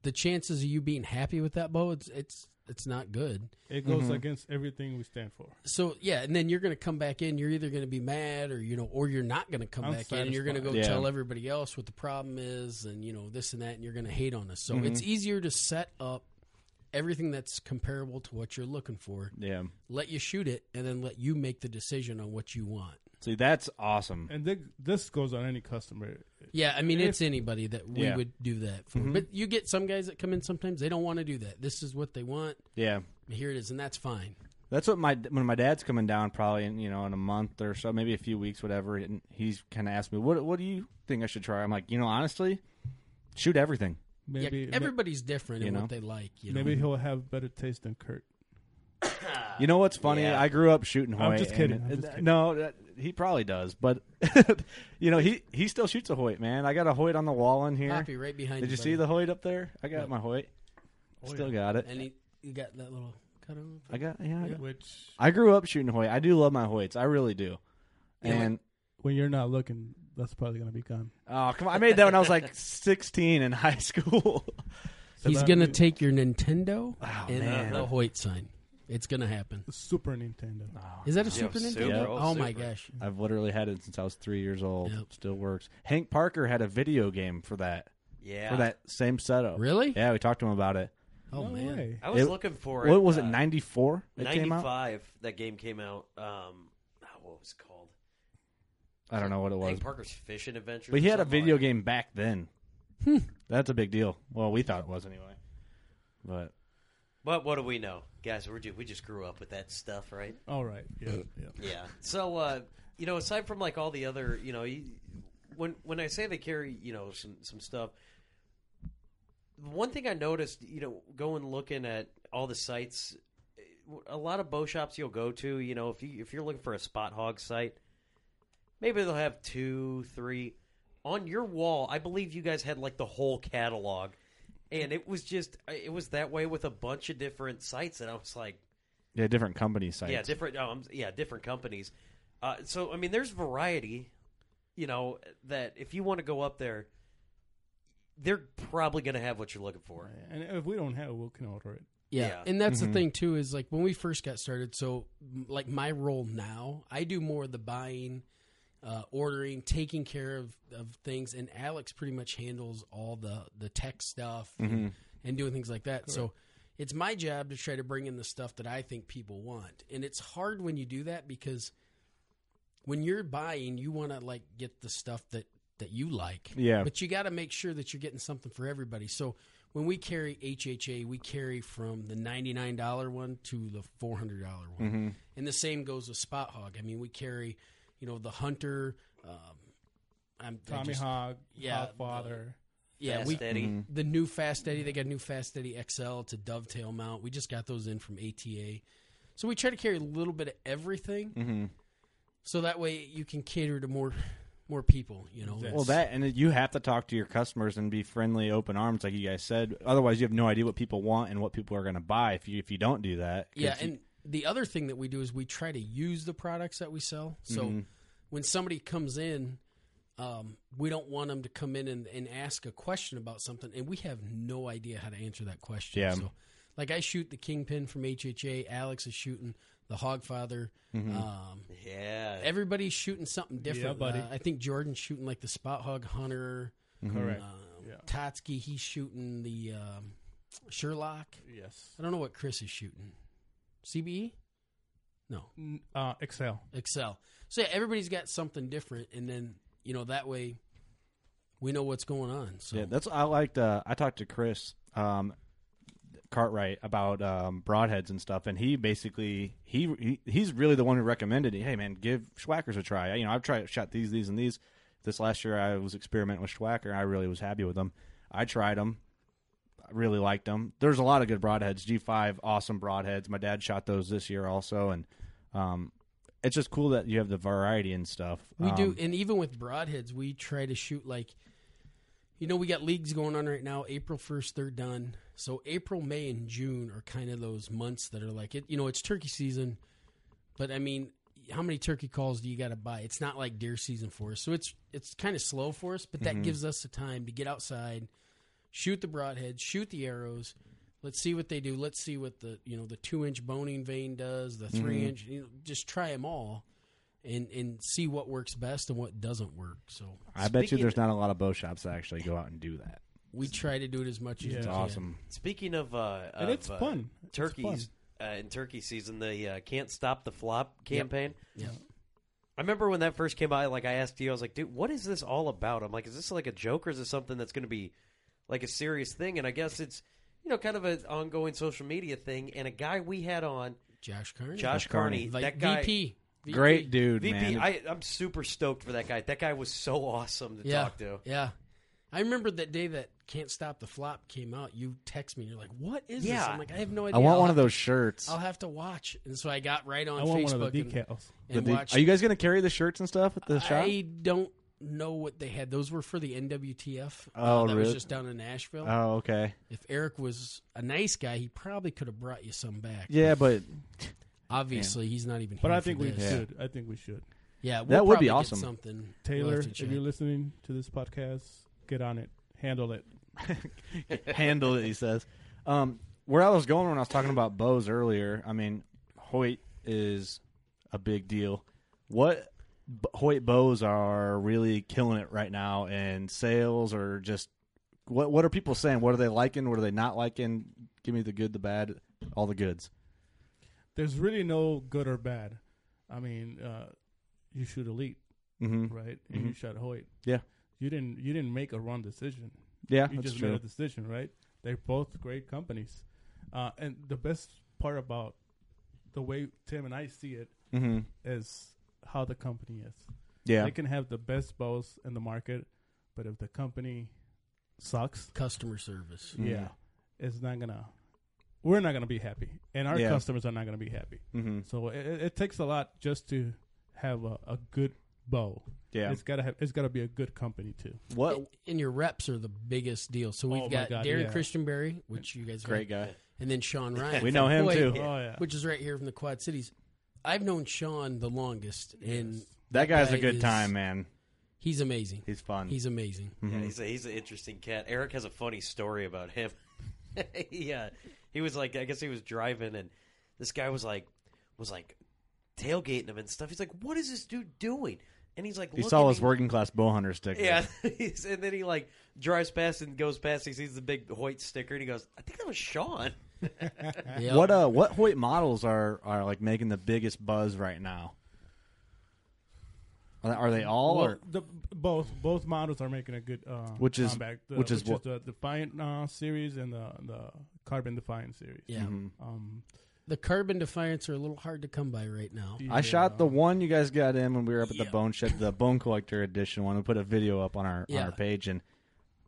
G: the chances of you being happy with that bow, it's it's it's not good.
C: It goes
A: Mhm.
C: against everything we stand for.
G: So yeah, and then you're going to come back in. You're either going to be mad, or you know, or you're not going to come
C: I'm
G: back in. and You're going to go
A: satisfied. Yeah.
G: tell everybody else what the problem is, and you know this and that, and you're going to hate on us. So
A: Mhm.
G: it's
C: Mm-hmm.
G: easier to set up everything that's comparable to what you're looking for.
A: yeah.
G: Let you shoot it, and then let you make the decision on what you want.
A: See, that's awesome.
C: And thi- this goes on any customer.
G: Yeah, I mean,
C: If-
G: it's anybody that we
A: Yeah.
G: would do that for.
D: Mm-hmm.
A: Mhm.
G: But you get some guys that come in sometimes, they don't want to do that. This is what they want.
A: Yeah,
G: Here it is, and that's fine.
A: that's what my when my dad's coming down probably in you know in a month or so, maybe a few weeks, whatever. And he's kind of asked me, what What do you think I should try? I'm like, you know, honestly, shoot everything.
C: Maybe
G: yeah, everybody's different
A: You
G: in
A: know?
G: what they like. You know?
C: maybe he'll have better taste than Kurt.
A: You know what's funny?
D: Yeah.
A: I grew up shooting Hoyt.
C: I'm just
A: and-
C: kidding. I'm just
A: uh,
C: kidding.
A: No, that, he probably does, but <laughs> you know he he still shoots a Hoyt, man. I got a Hoyt on the wall in here.
G: Poppy right behind
A: Did you
G: you
A: see
G: buddy.
A: the Hoyt up there? I got
G: No.
A: my Hoyt. Still got it.
G: And he, you got that little cut on.
A: I got yeah. I, got-
C: Which,
A: I grew up shooting Hoyt. I do love my Hoyts. I really do. And
C: when you're not looking, that's probably going to be gone.
A: oh come on, I made that when I was like <laughs> 16 in high school. <laughs>
G: He's
C: About
G: gonna
C: the
G: take your Nintendo
A: Oh,
G: and
A: man.
G: the Hoyt sign. It's gonna happen.
C: Super Nintendo.
G: Is that a
D: Yeah,
G: Super
D: Super,
G: Nintendo?
D: oh,
G: Oh my
D: Super.
G: gosh!
A: I've literally had it since I was three years old.
G: Yep.
A: Still works. Hank Parker had a video game for that
D: Yeah,
A: for that same setup.
G: Really?
A: Yeah, we talked to him about it.
G: Oh
C: no
G: man!
C: way.
D: I was
A: It-
D: looking for it.
A: What was it?
D: uh,
A: Ninety four. It came out.
D: 95 that game came out um ah, what was it called
A: I don't know what it was,
D: Hank Parker's fishing adventure
A: but he had a video game back then.
G: Hmm.
A: That's a big deal. Well, we thought it was anyway. But
D: but what do we know guys we're ju- we just grew up with that stuff right
C: All right. Yeah. yeah.
D: yeah so uh you know aside from like all the other you know you, when when i say they carry you know some some stuff one thing i noticed you know going looking at all the sites eh, a lot of bow shops you'll go to you know if you if you're looking for a spot hog site maybe they'll have two, three. On your wall, I believe you guys had like the whole catalog, and it was just eh, it was that way with a bunch of different sites, and I was like,
A: yeah, different company sites.
D: yeah, different, um, yeah, different companies. Uh, so I mean, there's variety. You know that if you want to go up there, they're probably going to have what you're looking for.
C: And if we don't have it, we can order it.
G: Yeah.
D: Yeah.
G: And that's
A: Mhm.
G: the thing too is like when we first got started, so m- like my role now, I do more of the buying, uh, ordering, taking care of, of things, and Alex pretty much handles all the the tech stuff and,
A: Mhm.
G: and doing things like that. So it's my job to try to bring in the stuff that I think people want, and it's hard when you do that because when you're buying, you want to like get the stuff that that you like,
A: Yeah.
G: But you got to make sure that you're getting something for everybody. So when we carry HHA, we carry from the ninety nine dollar one to the four hundred dollar one,
A: Mhm.
G: and the same goes with Spot Hog. I mean, we carry, you know, the Hunter. Um, I'm, I
C: Tommy
G: just-
C: Hogg,
G: yeah,
C: Godfather.
G: the- yeah,
D: Fast
G: we,
D: Eddie.
C: Mm-hmm.
D: Mhm.
G: the new Fast Eddie. They got a new Fast Eddie XL to dovetail mount. We just got those in from ATA, so we try to carry a little bit of everything,
A: Mhm.
G: so that way you can cater to more more people. You know,
A: Well,
G: That's-
A: that and you have to talk to your customers and be friendly, open arms, like you guys said. Otherwise, you have no idea what people want and what people are going to buy if you if you don't do that. 'Cause
G: Yeah,
A: you-
G: and the other thing that we do is we try to use the products that we sell. So
A: Mhm.
G: when somebody comes in, um, we don't want them to come in and, and ask a question about something, and we have no idea how to answer that question.
A: Yeah.
G: So, like I shoot the kingpin from HHA. Alex is shooting the Hogfather.
A: Mhm.
G: Um,
D: Yeah.
G: everybody's shooting something different.
C: buddy.
G: Uh, I think Jordan's shooting like the Spot Hog Hunter.
A: Mhm.
C: Correct.
G: Um,
C: Yeah.
G: Totsky, he's shooting the um, Sherlock.
C: Yes.
G: I don't know what Chris is shooting. CBE? No.
C: N- Uh, Excel.
G: Excel. So yeah, everybody's got something different, and then you know that way we know what's going on. So
A: Yeah, that's I liked. Uh, I talked to Chris um, Cartwright about um, broadheads and stuff, and he basically he, he he's really the one who recommended. it. Hey, man, give Schwackers a try. You know, I've tried shot these, these, and these. This last year, I was experimenting with Schwacker. I really was happy with them. I tried them. I really liked them. There's a lot of good broadheads. G5, awesome broadheads. My dad shot those this year also, and um, it's just cool that you have the variety and stuff.
G: we
A: Um,
G: do, and even with broadheads, we try to shoot like you know we got leagues going on right now. April first, they're done. So April, May, and June are kind of those months that are like it. You know, it's turkey season, but I mean. How many turkey calls do you got to buy? It's not like deer season for us, so it's it's kind of slow for us. But that
A: Mhm.
G: gives us the time to get outside, shoot the broadheads, shoot the arrows. Let's see what they do. Let's see what the you know the two inch boning vein does, the 3
A: Mhm.
G: inch. You know, just try them all, and and see what works best and what doesn't work. So
A: I bet you
D: Speaking-
A: there's not a lot of bow shops that actually go out and do that.
G: we try to do it as much as we
A: It's
G: can.
A: awesome.
D: Speaking of, uh,
C: And
D: of,
C: it's
D: uh,
C: fun. It's
D: Turkeys Uh, in turkey season, the uh, can't stop the flop campaign.
G: Yeah.
D: I remember when that first came out. Like I asked you, I was like, "Dude, what is this all about?" I'm like, "Is this like a joke, or is this something that's going to be like a serious thing?" And I guess it's you know kind of an ongoing social media thing. And a guy we had on,
G: Josh Carney,
D: Josh Carney,
G: like
D: that guy,
G: VP, VP.
A: Great dude,
D: VP.
A: man.
D: I, I'm super stoked for that guy. That guy was so awesome to
G: yeah,
D: talk to.
G: yeah. I remember that day that "Can't Stop the Flop" came out. You text me, and you're like, "What is this?"
D: Yeah.
G: I'm like, "I have no idea."
A: I want
G: I'll
A: one of
G: have to-
A: those shirts.
G: I'll have to watch. And so I got right on
C: I want
G: Facebook
C: one of the
G: and,
C: decals.
A: The
G: and
A: de-
G: watched.
A: Are you guys gonna carry the shirts and stuff at the shop?
G: I don't know what they had. Those were for the NWTF.
A: Oh,
G: that was
A: really?
G: just down in Nashville.
A: Oh, okay.
G: if Eric was a
C: Uh,
G: nice guy, he probably could have brought you some back.
A: Yeah, but
G: Obviously, he's not even.
C: But
G: here
C: I think
G: for
C: we
G: this.
C: should. I think we should.
G: Yeah, we'll
A: That would be
G: probably get
A: awesome.
G: Something We'll
C: Taylor,
G: have to
C: if
G: check.
C: you're listening to this podcast, get on it. Handle it.
A: <laughs> handle it. He says. Um, where I was going when I was talking about bows earlier. I mean, Hoyt is a big deal. What b- Hoyt bows are really killing it right now in sales or just what? What are people saying? What are they liking? What are they not liking? Give me the good, the bad, all the goods.
C: There's really no good or bad. I mean, uh, you shoot elite,
A: Mm-hmm.
C: right? And you shot Hoyt.
A: Yeah.
C: You didn't. You didn't make a wrong decision.
A: Yeah,
C: you
A: that's
C: just
A: true.
C: made a decision, right? They're both great companies, uh, and the best part about the way Tim and I see it
A: mm-hmm.
C: is how the company is.
A: Yeah,
C: They can have the best bows in the market, but if the company sucks,
G: customer service.
A: Mhm.
C: yeah, it's not gonna. We're not gonna be happy, and our
A: Yeah.
C: customers are not gonna be happy.
A: mm-hmm.
C: So it, it it takes a lot just to have a, a good bow.
A: yeah.
C: It's gotta have. It's gotta be a good company too.
A: What?
G: And- and your reps are the biggest deal. So we've
C: Oh, my
G: got
C: God,
G: Darren
C: yeah.
G: Christianberry, which you guys
A: Great
G: know,
A: guy.
G: and
A: <laughs>
G: then Sean Ryan.
A: We
G: from
A: know him
G: Hoyt,
A: too.
C: Oh yeah,
G: which is right here from the Quad Cities. I've known Sean the longest, and
A: That guy's
G: guy
A: a good
G: is-
A: time, man.
G: he's amazing.
A: He's fun.
G: He's amazing.
A: Mm-hmm.
D: Yeah, he's a, he's an interesting cat. Eric has a funny story about him. <laughs> yeah, he was like, I guess he was driving, and this guy was like, was like tailgating him and stuff. He's like, "What is this dude doing?" and he's like,
A: He
D: "Look
A: saw
D: at
A: us
D: me."
A: working class bow hunter sticker.
D: <laughs> Yeah, He's- and then he like drives past and goes past. He sees the big Hoyt sticker and he goes, "I think that was Sean."
A: What uh what Hoyt models are are like making the biggest buzz right now? Are are they all
C: Well,
A: or
C: the, both both models are making a good uh,
A: Which is-
C: comeback. The,
A: which is what-
C: the Defiant uh, series and the the Carbon Defiant series.
G: Yeah.
A: Mm-hmm.
G: Mhm.
C: Um,
G: The carbon defiance are a little hard to come by right now.
A: I shot the one you guys got in when we were up at the Bone Shed, the Bone Collector Edition one. We put a video up on our on
G: Yeah.
A: our page, and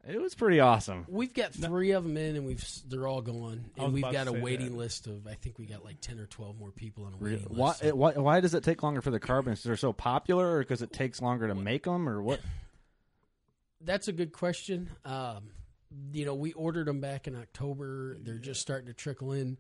A: it was pretty awesome.
G: We've got three of them in, and we've s- they're all gone,
C: I was
G: and we've
C: about to
G: got a
C: say
G: waiting
C: that.
G: list of I think we got like ten or twelve more people on a
A: Really?
G: waiting
A: Why,
G: list.
A: it, why why does it take longer for the carbons? They're so popular, or because it takes longer to make them, or what?
G: That's a good question. Um, you know, we ordered them back in October. They're just starting to trickle in.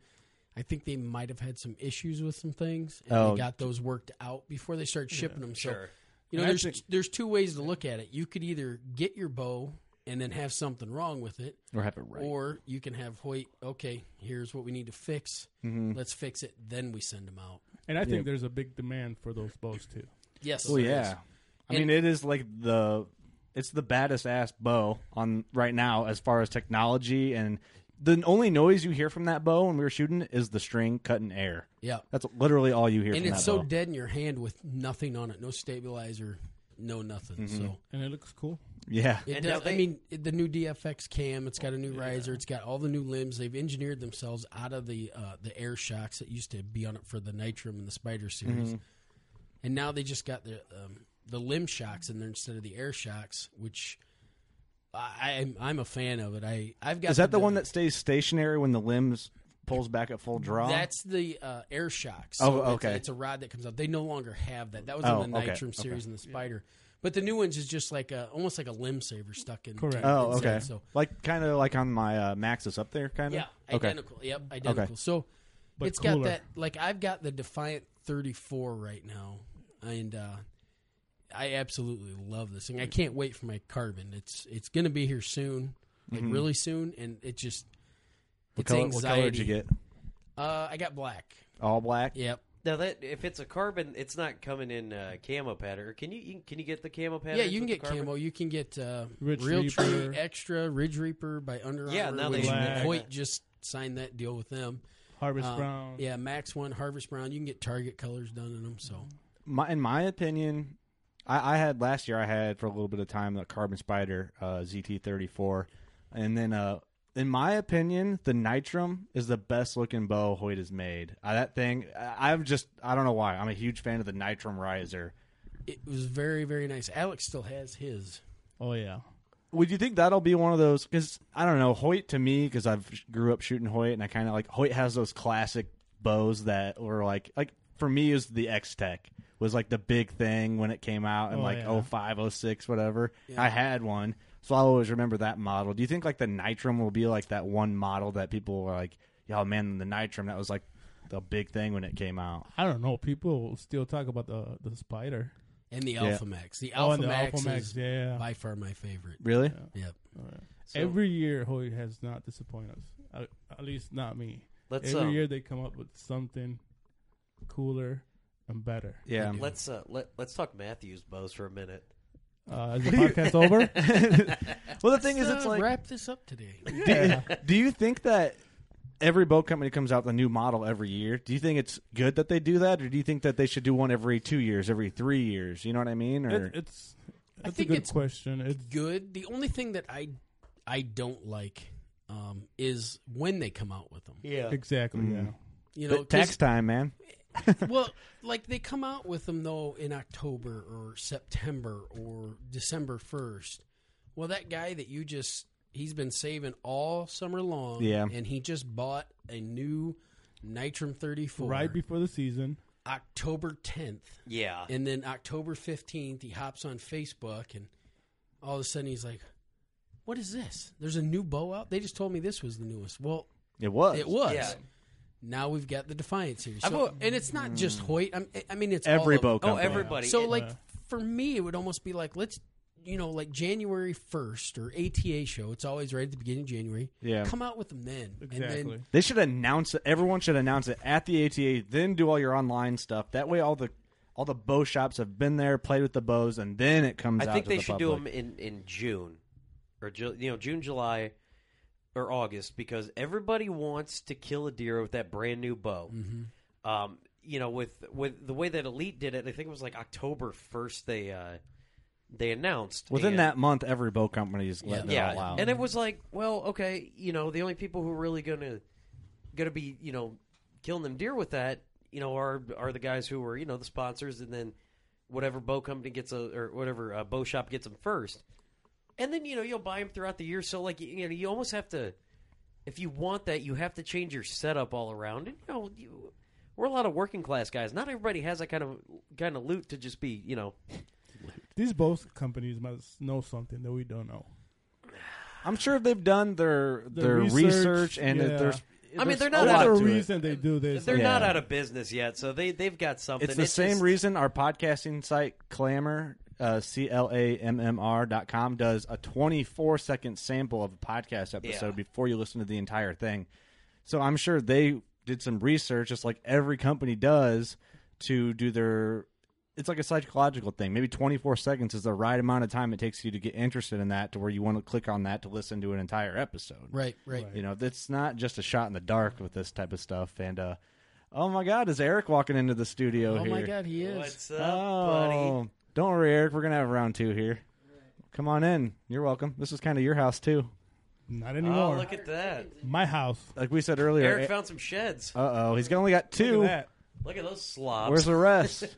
G: I think they might have had some issues with some things, and
A: Oh.
G: they got those worked out before they started shipping them. So,
D: sure.
G: you know,
C: And I
G: there's
C: think-
G: there's two ways to look at it. You could either get your bow and then have something wrong with it,
A: Or have it right?
G: or you can have Hoyt. Okay, here's what we need to fix.
A: Mhm.
G: Let's fix it. Then we send them out.
C: and I think
A: Yeah.
C: there's a big demand for those bows too.
G: Yes.
A: Well,
G: there is.
A: Oh, yeah. I mean,
G: And-
A: it is like the it's the baddest ass bow on right now as far as technology and the only noise you hear from that bow when we were shooting is the string cutting air.
G: Yeah.
A: That's literally all you hear.
G: And
A: from
G: it's
A: that
G: so
A: bow.
G: dead in your hand with nothing on it, no stabilizer, no nothing.
A: Mm-hmm.
G: So
C: And it looks cool.
A: yeah.
G: it
D: And now
G: does, I
D: they-
G: mean, it- the new DFX cam, it's got a new riser, it's got all the new limbs. They've engineered themselves out of the uh, the air shocks that used to be on it for the Nitrum and the Spider series,
A: Mm-hmm.
G: and now they just got the um, the limb shocks in there instead of the air shocks, which. I, I'm I'm a fan of it. I I've got
A: Is that the
G: the
A: one that stays stationary when the limbs pulls back at full draw?
G: That's the uh, air shocks.
A: Oh,
G: it's-
A: okay.
G: It's, a rod that comes out. They no longer have that. That was
A: Oh,
G: in the
A: okay,
G: Nitrum
A: okay.
G: series and the Spider. But the new ones is just like a, almost like a limb saver stuck in.
C: Correct.
A: Oh,
G: inside.
A: okay.
G: So
A: Like kind of like on my uh, Maxis up there, kind of.
G: yeah,
A: Okay.
G: identical. Yep, identical. So
C: But
G: it's got
C: cooler.
G: that. Like I've got the Defiant 34 right now, and uh, I absolutely love this thing. I can't wait for my carbon. It's it's going to be here soon, like really soon, and it just
A: Mm-hmm. What
G: it's
A: color, what
G: anxiety.
A: color did you get?
G: Uh, I got black.
A: All black.
G: Yep.
D: Now that if it's a carbon, it's not coming in uh, camo pattern. Can you- you can you get the camo pattern?
G: Yeah, you can get
D: carbon?
G: camo. You can get uh,
C: Ridge
G: Real Tree
C: Reaper.
G: Extra, Ridge Reaper by Under Armour.
D: Yeah, now they
G: which
C: should-
G: Hoyt just signed that deal with them.
C: Harvest
G: Um,
C: Brown.
G: Yeah, Max One, Harvest Brown. You can get Target colors done in them. So
A: my in my opinion, I, I had last year. I had for a little bit of time the Carbon Spider uh, ZT34, and then uh, in my opinion, the Nitrum is the best looking bow Hoyt has made. Uh, that thing, I, I'm just I don't know why. I'm a huge fan of the Nitrum riser.
G: it was very, very nice. Alex still has his.
C: Oh yeah.
A: Would you think that'll be one of those? Because I don't know Hoyt to me because I've sh- grew up shooting Hoyt and I kind of like Hoyt has those classic bows that were like like for me is the X Tech was like the big thing when it came out in
C: Oh,
A: like
C: yeah.
A: oh five oh six whatever. I had one, so I always remember that model. Do you think like the Nitrum will be like that one model that people were like, "Yo, man, the Nitrum that was like the big thing when it came out."
C: I don't know. People still talk about the the spider.
G: And the Alpha Max. The
C: Oh,
G: Alpha,
C: and the
G: Max,
C: Alpha Max,
G: is
C: yeah. Oh.
G: by far my favorite.
A: Really?
G: Yep.
C: Every year, Hoy has not disappointed us. At, at least not me.
D: Let's
C: Every
D: um,
C: year they come up with something cooler and better.
A: Yeah.
D: let's uh, let let's talk Matthews bows for a minute.
C: Uh, is the podcast over?
A: Well, the thing is,
G: Let's,
A: it's
G: uh,
A: like
G: wrap this up
C: <laughs>
G: today.
A: do, you- <laughs> do you think that every boat company comes out with a new model every year? Do you think it's good that they do that, or do you think that they should do one every two years, every three years? You know what I mean? Or
C: It, it's
G: I
C: that's a
G: think
C: good
G: it's
C: question. It's
G: good. The only thing that I I don't like um, is when they come out with them.
D: Yeah,
C: exactly yeah.
G: You
A: But
G: know, 'cause-
A: tax time, man.
G: well, like they come out with them though in October or September or December first. Well, that guy that you just he's been saving all summer long,
A: Yeah.
G: and he just bought a new Nitrum thirty four
C: Right before the season,
G: October tenth,
D: yeah.
G: and then October fifteenth he hops on Facebook and all of a sudden he's like, "What is this? There's a new bow out? They just told me this was the newest." Well,
A: It was.
G: it was.
D: Yeah.
G: Now we've got the Defiant series,
D: I've
G: So-
D: al-
G: and it's not just Hoyt. I'm, I mean, it's all
A: every
G: of-
A: boat
D: Oh,
A: company.
D: everybody.
G: so,
D: It-
G: like
C: Yeah.
G: for me, it would almost be like let's you know like January first or ATA show. It's always right at the beginning of January.
A: Yeah.
G: come out with them then. And
C: exactly.
G: then
A: They should announce it. Everyone should announce it at the ATA. Then do all your online stuff. That way, all the All the bow shops have been there, played with the bows, and then it comes.
D: I
A: out
D: think
A: to
D: they
A: the
D: should do
A: public.
D: them in, in June or Ju- you know June, July, or August because everybody wants to kill a deer with that brand new bow.
A: Mm-hmm.
D: Um, you know, with with the way that Elite did it, I think it was like October first they uh, they announced
A: Within
D: and-
A: that month, every bow company is letting
D: yeah,
A: it all out.
D: and it was like, well, okay, you know, the only people who are really gonna gonna be you know killing them deer with that, you know, are are the guys who were you know the sponsors, and then whatever bow company gets a or whatever uh, bow shop gets them first, and then you know you'll buy them throughout the year. So like you, you know you almost have to, if you want that, you have to change your setup all around. And you know you, we're a lot of working class guys. Not everybody has that kind of kind of loot to just be you know.
C: These both companies must know something that we don't know.
A: I'm sure they've done their
C: The
A: their research, and
C: yeah.
A: there's.
D: I
A: there's
D: mean, they're
A: a
D: not
A: lot
D: out
A: to
D: of
A: it.
C: reason they do this.
D: They're
A: Yeah.
D: not out of business yet, so they they've got something.
A: It's the same
D: just-
A: reason our podcasting site Clamor, uh, C L A M M R dot com does a 24 second sample of a podcast episode
D: Yeah.
A: before you listen to the entire thing. So I'm sure they did some research, just like every company does, to do their. It's like a psychological thing. Maybe 24 seconds is the right amount of time it takes you to get interested in that, to where you want to click on that to listen to an entire episode.
G: Right, right.
A: You know, it's not just a shot in the dark with this type of stuff. And uh, oh my God, is Eric walking into the studio
G: Oh
A: here?
G: my God, he is.
D: What's up, buddy?
A: Oh, don't worry, Eric. We're gonna have a round two here. Come on in. You're welcome. This is kind of your house too.
C: Not
D: Oh,
C: anymore.
D: look at that!
C: My house.
A: Like we said earlier.
D: Eric found some sheds.
A: eh, uh oh, he's only got
C: Look
A: two.
C: at that.
D: Look at those slobs.
A: Where's the rest?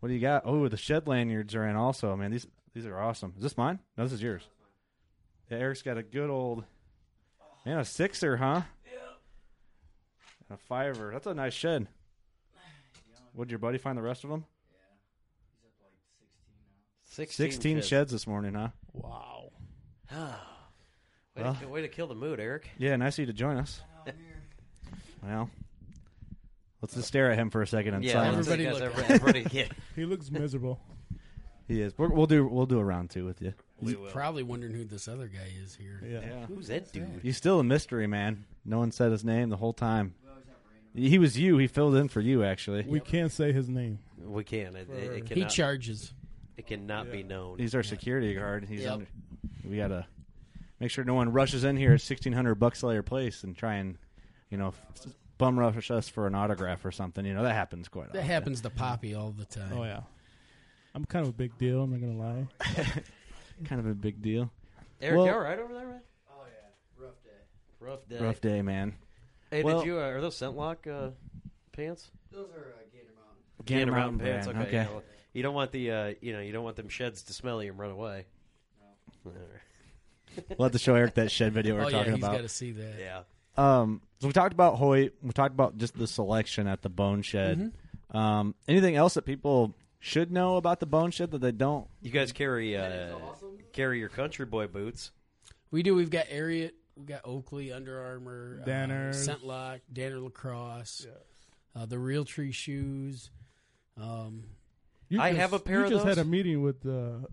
A: what do you got? Oh, the shed lanyards are in also. Man, these these are awesome. Is this mine? No, this is yours. Yeah, Eric's got a good old man a sixer, huh? Yeah. And a fiver. That's a nice shed. Would your buddy find the rest of them?
D: 16,
A: 16 sheds. this morning, huh?
C: Wow.
D: <sighs> Way, to, way to kill the mood, Eric.
A: Yeah, nice of you to join us. Well, let's just stare at him for a second and
D: Yeah,
A: silence.
G: everybody
D: everybody,
G: look.
D: everybody, yeah.
C: He looks miserable.
A: He is. We're, we'll do. We'll do a round two with you.
G: He's
D: uh,
G: probably wondering who this other guy is here.
C: Yeah.
D: Who's that dude?
A: He's still a mystery man. No one said his name the whole time. He was you. He filled in for you, actually.
C: We can't say his name.
D: We can't. It, it, it
G: He
D: cannot,
G: charges.
D: it cannot be known.
A: He's our security guard. He's
G: Yep.
A: under, we gotta make sure no one rushes in here at sixteen hundred bucks layer place and try and you know f- bum rush us for an autograph or something. You know that happens quite
G: That
A: often.
G: happens to Poppy all the time.
C: Oh yeah. I'm kind of a big deal. I'm not gonna lie.
A: Kind of a big deal.
D: Eric,
A: well-
D: you all right over there, man? Oh yeah, rough day. Rough day.
A: Rough day, man.
D: Hey,
A: Well-
D: did you? Uh, are those scentlock uh, pants?
A: Gander
D: Gander Mountain
A: Mountain
D: pants.
A: brand,
D: Okay.
A: okay.
D: yeah, well, you don't want the. Uh, you know, you don't want them sheds to smell you and run away. No.
A: We'll have to show Eric that shed video we
G: Oh,
A: we're
G: yeah,
A: talking
G: he's
A: about.
G: got to see that.
D: Yeah.
A: Um, so we talked about Hoyt. We talked about just the selection at the Bone Shed.
G: Mm-hmm.
A: Um, anything else that people should know about the Bone Shed that they don't?
D: You guys carry uh, carry your country boy boots.
G: We do. We've got Ariat. We've got Oakley, Under Armour, uh,
C: Danner.
G: Scentlock, Danner Lacrosse, uh, the Realtree shoes. Um,
C: You
D: I have a pair
C: You
D: of
C: just had
D: those.
C: a meeting with the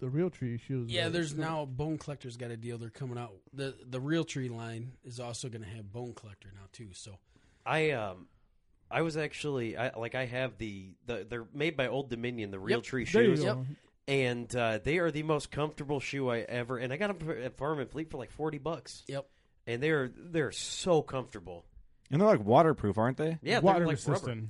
C: the real tree shoes.
G: yeah,
C: right?
G: there's now Bone Collector's got a deal. They're coming out. the The Realtree line is also going to have Bone Collector now too. So
D: I um, I was actually I like I have the, the they're made by Old Dominion, the Real Tree
C: There you
D: shoes,
C: go.
D: and uh, they are the most comfortable shoe I ever. And I got them at Farm and Fleet for like forty bucks,
G: yep,
D: and they're they're so comfortable.
A: And they're like waterproof, aren't they?
D: Yeah, they're
C: Water
D: like rubber.
C: resistant.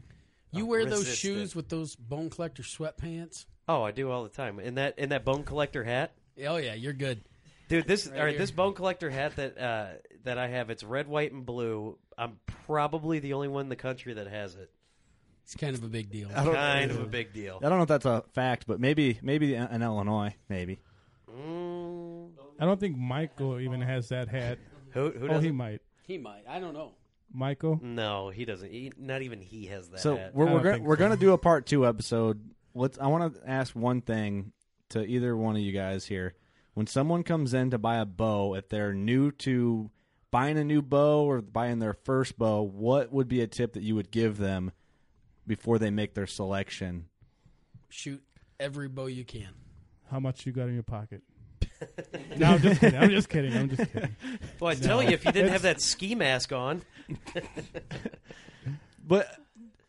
G: you
D: Oh,
G: wear those
D: resistant.
G: shoes with those Bone Collector sweatpants.
D: Oh, I do all the time. And that and that bone collector hat,
G: Oh yeah, you're good.
D: dude. This all right,
G: here.
D: this bone collector hat that uh, that I have, it's red, white, and blue. I'm probably the only one in the country that has it.
G: It's kind of a big deal.
A: I don't,
D: Kind of a big deal.
A: I don't know if that's a fact, but maybe maybe in in Illinois, maybe.
D: Mm,
C: I don't think Michael even has that hat.
D: who <laughs> who Mm.
C: Oh,
D: does?
C: he
D: not
C: might.
G: He might. I don't know.
C: Michael.
D: no, he doesn't. He, not even he has that.
A: So
D: hat.
A: we're we're,
C: I don't
A: gonna,
C: think
A: we're
C: so.
A: gonna
C: <laughs>
A: do a part two episode. Let's. I want to ask one thing to either one of you guys here. When someone comes in to buy a bow, if they're new to buying a new bow or buying their first bow, what would be a tip that you would give them before they make their selection?
G: Shoot every bow you can.
C: How much you got in your
D: <laughs>
C: pocket? no, I'm just kidding. I'm just kidding. I'm
G: <laughs>
C: just kidding.
D: Well, I tell you, if you didn't have that ski mask on,
A: But uh,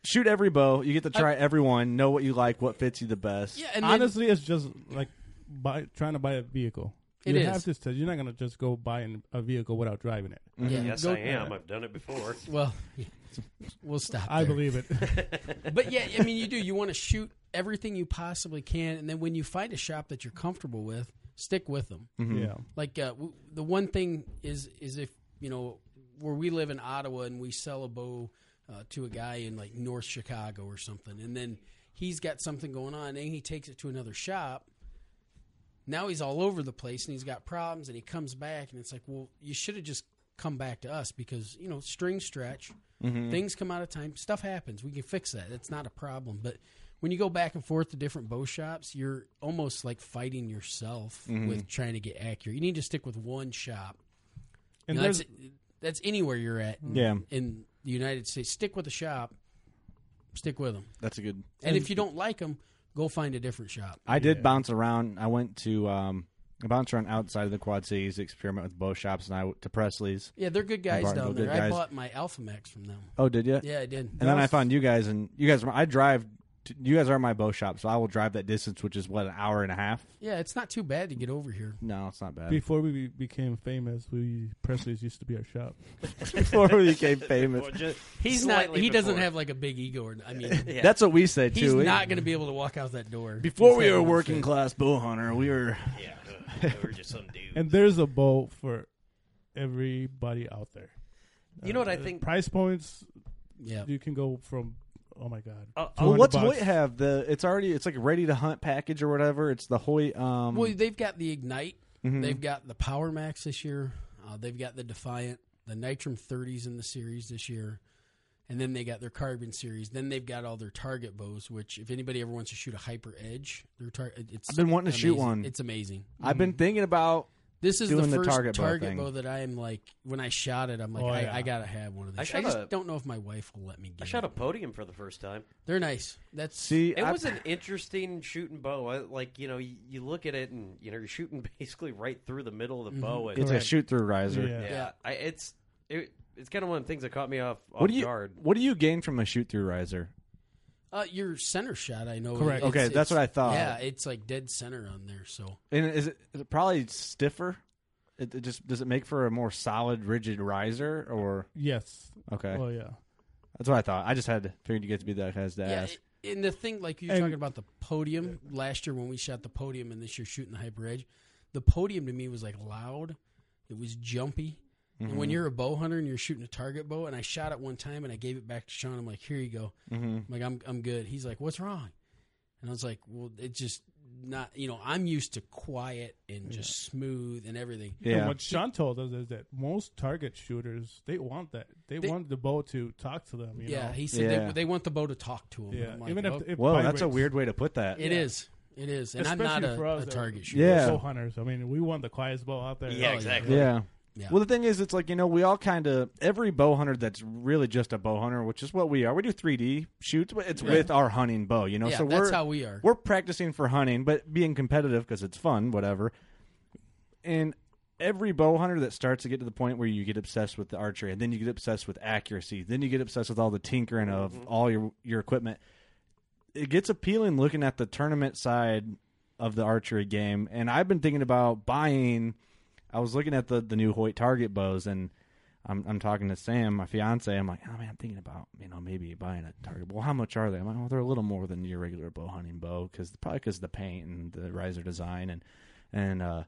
A: shoot every bow. You get to try every one. Know what you like, what fits you the best.
G: Yeah,
A: and then-
C: honestly, it's just like buy, trying to buy a vehicle.
G: It
C: you
G: is.
C: have to. st- You're not gonna just go buying a vehicle without driving it.
G: Yeah,
D: Mm, Yes,
G: go-
D: I am. I've done it before.
G: Well, <laughs> we'll stop.
C: I
G: there.
C: believe
D: <laughs>
C: it. <laughs>
G: but yeah, I mean, you do. You want to shoot everything you possibly can, and then when you find a shop that you're comfortable with, stick with them.
C: Mhm.
D: Mm-hmm.
C: Yeah.
G: Like uh, w- the one thing is is if you know where we live in Ottawa and we sell a bow uh, to a guy in like North Chicago or something, and then he's got something going on, and he takes it to another shop. Now he's all over the place and he's got problems, and he comes back and it's like, well, you should have just come back to us because you know strings stretch,
A: Mhm.
G: things come out of time, stuff happens. We can fix that. That's not a problem. But when you go back and forth to different bow shops, you're almost like fighting yourself
A: Mhm.
G: with trying to get accurate. You need to stick with one shop.
C: And
G: And that's
C: there's-
G: that's anywhere you're at. in-
A: Yeah.
G: in the United States, stick with the shop. Stick with them.
A: That's a good.
G: And if you don't like them, go find a different shop.
A: I did bounce around. I went to um, I bounced around outside of the Quad Cities, to experiment with bow shops, and I went to Presley's.
G: Yeah, they're good
A: in
G: guys down
A: Bartonville,
G: there.
A: good
G: I
A: guys.
G: bought my Alpha Max from them.
A: Oh, did you?
G: Yeah, I did.
A: And then I found you guys, and you guys. were- I drive. To, you guys are my bow shop, so I will drive that distance, which is what an hour and a half.
G: Yeah, it's not too bad to get over here.
A: No, it's not bad.
C: Before we be- became famous, we Presley's used to be our shop.
A: Before <laughs> we became famous.
C: Well,
G: just- He's not. He doesn't have like a big ego. Or, I mean,
A: <laughs> That's what we said,
G: He's
A: too. We-
G: not going to be able to walk out that door
A: Before
G: He's
A: we
G: got
A: were a
G: one
A: working
G: foot.
A: class bow hunter, we were. Yeah,
I: we were just some dude.
C: And there's a bow for everybody out there.
D: You know what I
C: Uh,
D: think-
C: Price points.
G: Yeah.
A: Mm-hmm.
C: you can go from. Oh my god.
D: Uh,
A: Well,
C: 200
A: what's
C: bucks.
A: Hoyt have? The it's already it's like ready to hunt package or whatever. It's the Hoyt. Um,
G: well, they've got the Ignite.
A: Mhm.
G: They've got the Power Max this year. Uh, they've got the Defiant, the Nitrum 30s in the series this year. And then they got their Carbon series. Then they've got all their target bows, which if anybody ever wants to shoot a Hyper Edge, their tar- it's
A: I've been wanting to shoot
G: amazing.
A: one.
G: It's amazing.
A: I've been thinking about
G: This is
A: doing
G: the first
A: target,
G: target,
A: bow thing.
G: bow, that I am like when I shot it. I'm like,
C: Oh,
G: I,
C: yeah.
G: I gotta have one of
D: I
G: these. I,
D: shot
G: just
D: a-
G: don't know if my wife will let me
D: I
G: get.
D: shot
G: it.
D: a podium for the first time.
G: They're nice. That's
A: See,
D: It
A: I-
D: was an interesting shooting bow. I, like you know, you, you look at it and you know you're shooting <laughs> basically right through the middle of the
G: Mhm.
D: bow. And
A: Mm-hmm. It's a Correct. shoot-through riser.
D: Yeah,
A: Yeah.
D: I, it's it, it's kind of one of the things that caught me off, off
A: what do you
D: guard.
A: what do you gain from a shoot through riser?
G: uh, your center shot. I know.
A: Correct. Okay, that's what I thought.
G: Yeah, it's like dead center on there. So
A: And is it, is it probably stiffer? It, it just does it make for a more solid, rigid riser or
C: Yes.
A: Okay.
C: Oh yeah.
A: That's what I thought. I just had to figured you guys to be that guys to
G: yeah,
A: ask.
G: i- and the thing like you're
C: And-
G: talking about the podium last year when we shot the podium and this year shooting the hyper edge, the podium to me was like loud. It was jumpy. And when
C: Mm-hmm.
A: Mhm.
G: you're a bow hunter and you're shooting a target bow, and I shot it one time and I gave it back to Sean, I'm like, "Here you go."
C: Mm-hmm.
A: Mhm.
G: Like I'm I'm good. He's like, "What's wrong?" And I was like, "Well, it's just not. You know, I'm used to quiet and just smooth and everything."
C: And what Sean told us is that most target shooters they want that they,
G: They-
C: want the bow to talk to them. You
G: yeah,
C: know?
G: he said
A: Yeah.
G: They, they want the bow to talk to him. "Oh,
C: Yeah, even if- if
A: Whoa,
C: vibrates.
A: that's a weird way to put that.
G: It is. It is. And I'm not
C: Especially for
G: a,
C: us
G: a
C: that-
G: target shooter.
A: Yeah.
C: bow hunters. I mean, we want the quietest bow out there.
D: Yeah, Oh, yeah. exactly.
A: Yeah.
G: Yeah.
A: Well, the thing is, it's like you know, we all kind of every bow hunter that's really just a bow hunter, which is what we are. We do 3D shoots, but it's
G: Yeah.
A: with our hunting bow, you know.
G: Yeah,
A: so
G: that's
A: we're
G: how we are.
A: We're practicing for hunting, but being competitive because it's fun, whatever. And every bow hunter that starts to get to the point where you get obsessed with the archery, and then you get obsessed with accuracy, then you get obsessed with all the tinkering of
G: Mm-hmm.
A: all your your equipment. It gets appealing looking at the tournament side of the archery game, and I've been thinking about buying. I was looking at the the new Hoyt target bows, and I'm I'm talking to Sam, my fiance. I'm like, oh man, I'm thinking about you know maybe buying a target. bow. how much are they? I'm like, well, they're a little more than your regular bow hunting bow because probably because the paint and the riser design and and uh,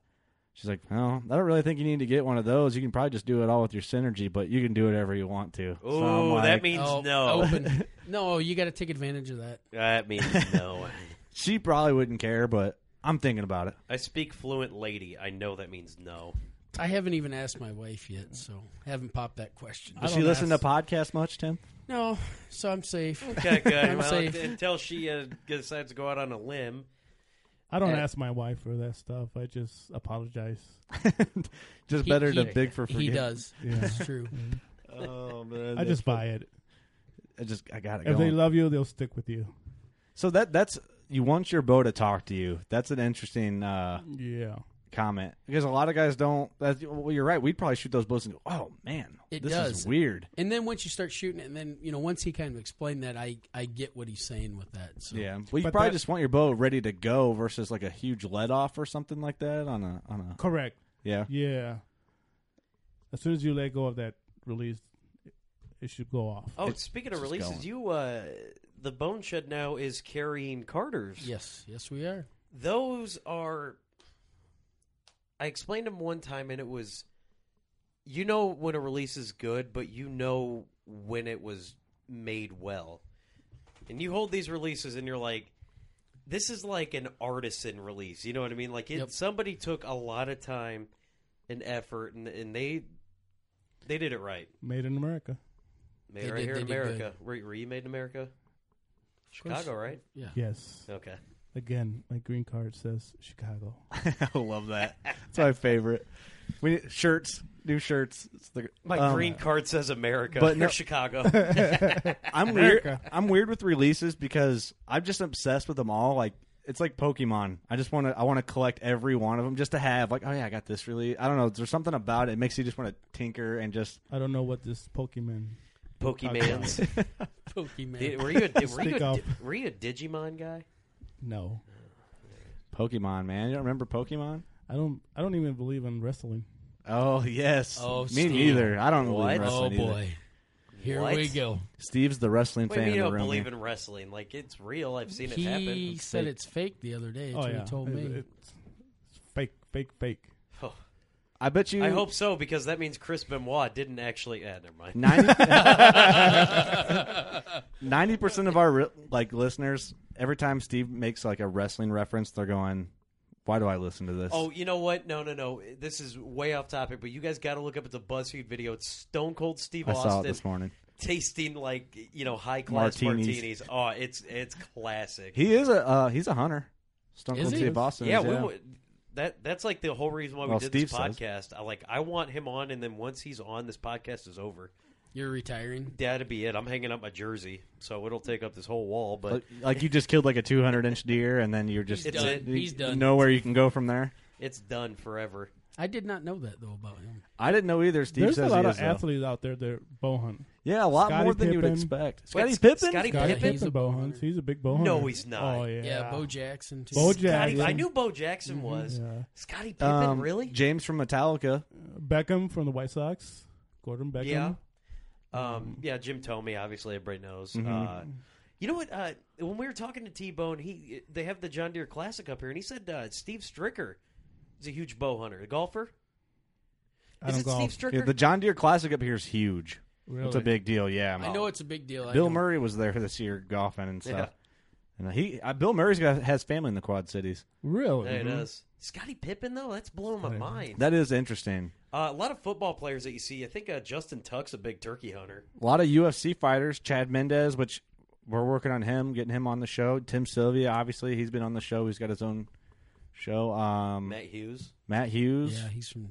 A: she's like, well, I don't really think you need to get one of those. You can probably just do it all with your synergy, but you can do whatever you want to. So I'm
D: Ooh, that
A: like-
D: means
G: Oh,
D: no.
G: Open. no, you got to take advantage of that.
D: <laughs> That means
A: <laughs>
D: no.
A: she probably wouldn't care, but I'm thinking about it.
D: I speak fluent lady. I know that means no.
G: I haven't even asked my wife yet, so haven't popped that question.
D: Uh,
A: Does she listen to podcasts much, Tim?
G: No, so I'm safe.
D: Okay,
A: <laughs>
D: good.
G: <laughs> I'm
D: well,
G: safe.
D: until she uh, decides to go out on a limb.
C: I don't
G: Yeah.
C: ask my wife for that stuff. I just apologize.
A: Just
G: He-
A: better
G: he-
A: to big for
G: He
A: forgiveness.
G: does.
C: Yeah.
G: That's
A: <laughs>
G: true.
A: Oh man,
C: I just buy it.
A: I just I got it.
C: If
A: going.
C: they love you, they'll stick with you.
A: So that that's you want your bow to talk to you. That's an interesting uh
C: Yeah.
A: comment because a lot of guys don't. That's, well, you're right. We'd probably shoot those bullets and go, "Oh man,
G: It
A: this
G: does.
A: is weird."
G: And then once you start shooting it, and then you know, once he kind of explained that, I I get what he's saying with that. So
A: Yeah. Well, you
C: But
A: probably
C: that-
A: just want your bow ready to go versus like a huge let off or something like that on a on a.
C: Correct. <laughs>
A: Yeah.
C: Yeah. As soon as you let go of that release, it- it should go off.
D: Oh,
A: It's-
D: speaking of
A: it's just
D: releases,
A: going.
D: you uh, the Bone Shed now is carrying Carter's.
G: Yes, yes, we are.
D: Those are. I explained them one time, and it was, you know, when a release is good, but you know when it was made well. And you hold these releases, and you're like, this is like an artisan release. You know what I mean? Like it,
G: Yep.
D: somebody took a lot of time and effort, and and they they did it right.
C: Made in America.
D: Made
G: They
D: right
G: did-
D: here
G: they
D: in
G: did good.
D: America. Were, were you made in America? Chicago, right?
G: Yeah.
C: Yes.
D: Okay.
C: Again, my green card says Chicago.
A: I love that. It's my favorite. We need shirts, new shirts. It's the,
D: My
A: um,
D: green card says America,
A: but
D: but
A: no- <laughs>
D: Chicago. <laughs>
A: I'm weird. I'm weird with releases because I'm just obsessed with them all. Like it's like Pokemon. I just want to. I want to collect every one of them just to have. Like oh yeah, I got this release. I don't know. There's something about it. It makes you just want to tinker and just.
C: I don't know what this Pokemon.
D: Pokemans. <laughs>
G: Pokemon.
D: Did- were you a, were you
C: Speak
D: a,
C: up.
D: were you a Digimon guy?
C: No,
A: Pokemon, man. You don't remember Pokemon?
C: I don't. I don't even believe in wrestling.
A: Oh yes.
G: Oh,
A: me
G: Steve.
A: neither. I don't
D: What?
A: believe in
G: oh
A: wrestling either.
G: boy, here
D: What?
G: we go.
A: Steve's the wrestling
D: Wait,
A: fan
D: you
A: in the
D: don't
A: room.
D: believe
A: here.
D: in wrestling? Like it's real. I've seen it
G: he
D: happen.
G: said
A: fake.
G: it's fake the other day. That's
C: oh
G: what
C: yeah,
G: he told
C: It-
G: me.
C: it's, it's fake, fake, fake.
D: Oh,
A: I bet you. <laughs>
D: I hope so because that means Chris Benoit didn't actually. Ah, never mind. <laughs>
A: 90 percent of our re- like listeners, every time Steve makes like a wrestling reference, they're going, "Why do I listen to this?"
D: Oh, you know what? No, no, no. This is way off topic, but you guys got to look up at the BuzzFeed video. It's Stone Cold Steve
A: I
D: Austin
A: saw it this morning.
D: tasting like you know high class
A: Martinis.
D: martinis. Oh, it's it's classic.
A: He is a uh, he's a hunter. Stone
G: Is
A: Cold
G: he?
A: Steve Austin.
D: yeah,
A: is,
D: we would. That that's like the whole reason why we
A: Well,
D: did
A: Steve
D: this
A: says.
D: podcast. I like I want him on, and then once he's on, this podcast is over.
G: You're retiring.
D: That'd be it. I'm hanging up my jersey, so it'll take up this whole wall. But
A: Like, like you just killed like a 200 inch deer, and then you're just
D: He's done.
A: you
G: He's done.
A: Know where you can go from there.
D: it's done forever.
G: I did not know that though about him.
A: I didn't know either. Steve
C: There's
A: says
C: a lot
A: he
C: of
A: is, though.
C: athletes out there that bow hunt.
A: Yeah, a lot
C: Scottie
A: more than you would
C: Pippen.
A: expect.
D: Wait,
A: Scotty Pippen.
D: Scottie
C: Scottie
D: Pippen.
C: Pippen
G: He's a
C: bow
G: bow
C: hunts.
G: hunter.
C: He's a big bow hunter.
D: No, he's not.
C: Oh yeah.
G: Yeah, Bo Jackson too.
C: Bo
D: Scottie,
C: Jackson.
D: I knew Bo Jackson
A: Mm-hmm.
D: was.
C: Yeah.
D: Scotty Pippen,
A: Um,
D: really?
A: James from Metallica.
C: Beckham from the White Sox. Gordon Beckham.
D: Yeah. Um, yeah, Jim Tomey, obviously everybody knows. Uh, you know what? Uh, when we were talking to T Bone, he they have the John Deere Classic up here, and he said uh, Steve Stricker is a huge bow hunter, a golfer.
C: I
D: Is
C: don't
D: it
C: golf.
D: Steve Stricker?
A: Yeah, the John Deere Classic up here is huge.
C: Really?
A: It's a big deal. Yeah,
G: I know it's a big deal. I
A: Bill
G: don't-
A: Murray was there this year golfing and
D: Yeah.
A: stuff. And he, uh, Bill Murray's got has family in the Quad Cities. Oh,
C: Really?
D: There it
A: mm-hmm.
D: is. Scotty Pippen, though, that's blowing my mind.
A: That is interesting.
D: Uh, a lot of football players that you see, I think uh, Justin Tuck's a big turkey hunter.
A: A lot of UFC fighters. Chad Mendez, which we're working on him, getting him on the show. Tim Sylvia, obviously, he's been on the show. He's got his own show. Um, Matt,
D: Matt Hughes.
A: Hughes,
G: Yeah,
A: yeah,
G: he's from.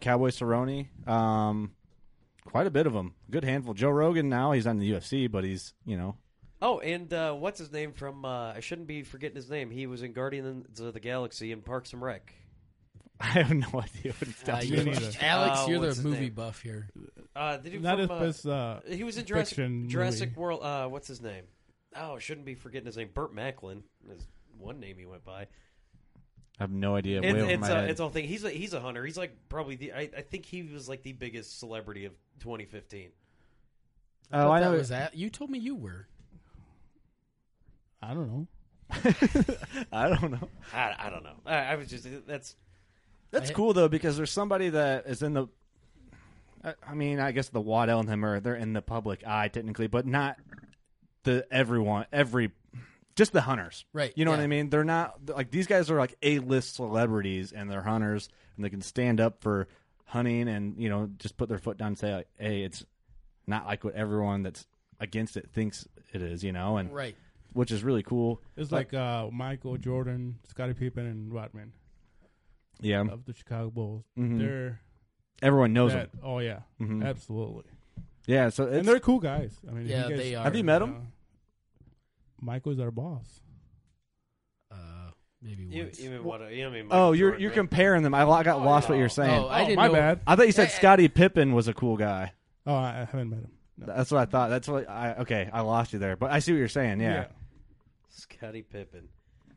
A: Cowboy Cerrone. Um, quite a bit of them. Good handful. Joe Rogan now he's on the UFC, but he's you know <laughs>
D: Oh, and uh, what's his name from? Uh, I shouldn't be forgetting his name. He was in Guardians of the Galaxy and Parks and Rec.
A: I have no <laughs> idea what he's
G: Uh,
A: talking
G: you're-
A: about.
C: neither.
G: <laughs> Alex,
D: Uh,
G: you're
D: what's
G: the
D: his
G: movie
D: name?
G: buff here.
D: Uh, the dude
C: Not
D: from,
C: if
D: uh,
C: it's uh,
D: He was in Jurassic,
C: fiction
D: Jurassic
C: movie.
D: World. Uh, what's his name? Oh, I shouldn't be forgetting his name. Burt Macklin is one name he went by.
A: I have no idea.
D: It-
A: Way over
D: it's,
A: my
D: a,
A: head.
D: it's all thing. He's a, he's a hunter. He's like probably the. I, I think he was like the biggest celebrity of 2015.
A: oh, I
G: That
A: know.
G: was that. You told me you were.
C: I don't know.
A: I don't know.
D: I, I don't know. I, I was just that's
A: That's
G: I-
A: cool though because there's somebody that is in the. I, I mean, I guess the Waddell and him are they're in the public eye technically, but not the everyone every. Just the hunters,
G: Right,
A: You know what
G: yeah.
A: I mean. They're not like these guys are like A list celebrities, and they're hunters, and they can stand up for hunting, and you know just put their foot down and say, like, "Hey, it's not like what everyone that's against it thinks it is," you know, and
G: Right.
A: which is really cool.
C: It's like uh, Michael Jordan, Scottie Pippen, and Rodman
A: Yeah,
C: of the Chicago Bulls.
A: Mhm.
C: They're
A: everyone knows
C: that.
A: them.
C: Oh yeah,
A: Mhm.
C: absolutely.
A: Yeah, so it's,
C: and they're cool guys. I mean, if
G: Yeah,
C: you guys,
G: they are.
A: have you met them?
C: Uh, Michael's our boss.
G: Uh, maybe
D: You-
G: once.
D: you mean what- you know what I mean,
A: Oh,
D: Michael
A: you're
D: Jordan,
A: you're
D: right?
A: comparing them. I lo- I got lost what you're saying.
G: Oh, I Oh, didn't my know- bad.
A: I thought you said Scottie Pippen was a cool guy.
C: Oh, I I haven't met him.
A: That's what I thought. That's what I okay. I lost you there, but I see what you're saying. Yeah.
D: Scotty Pippen.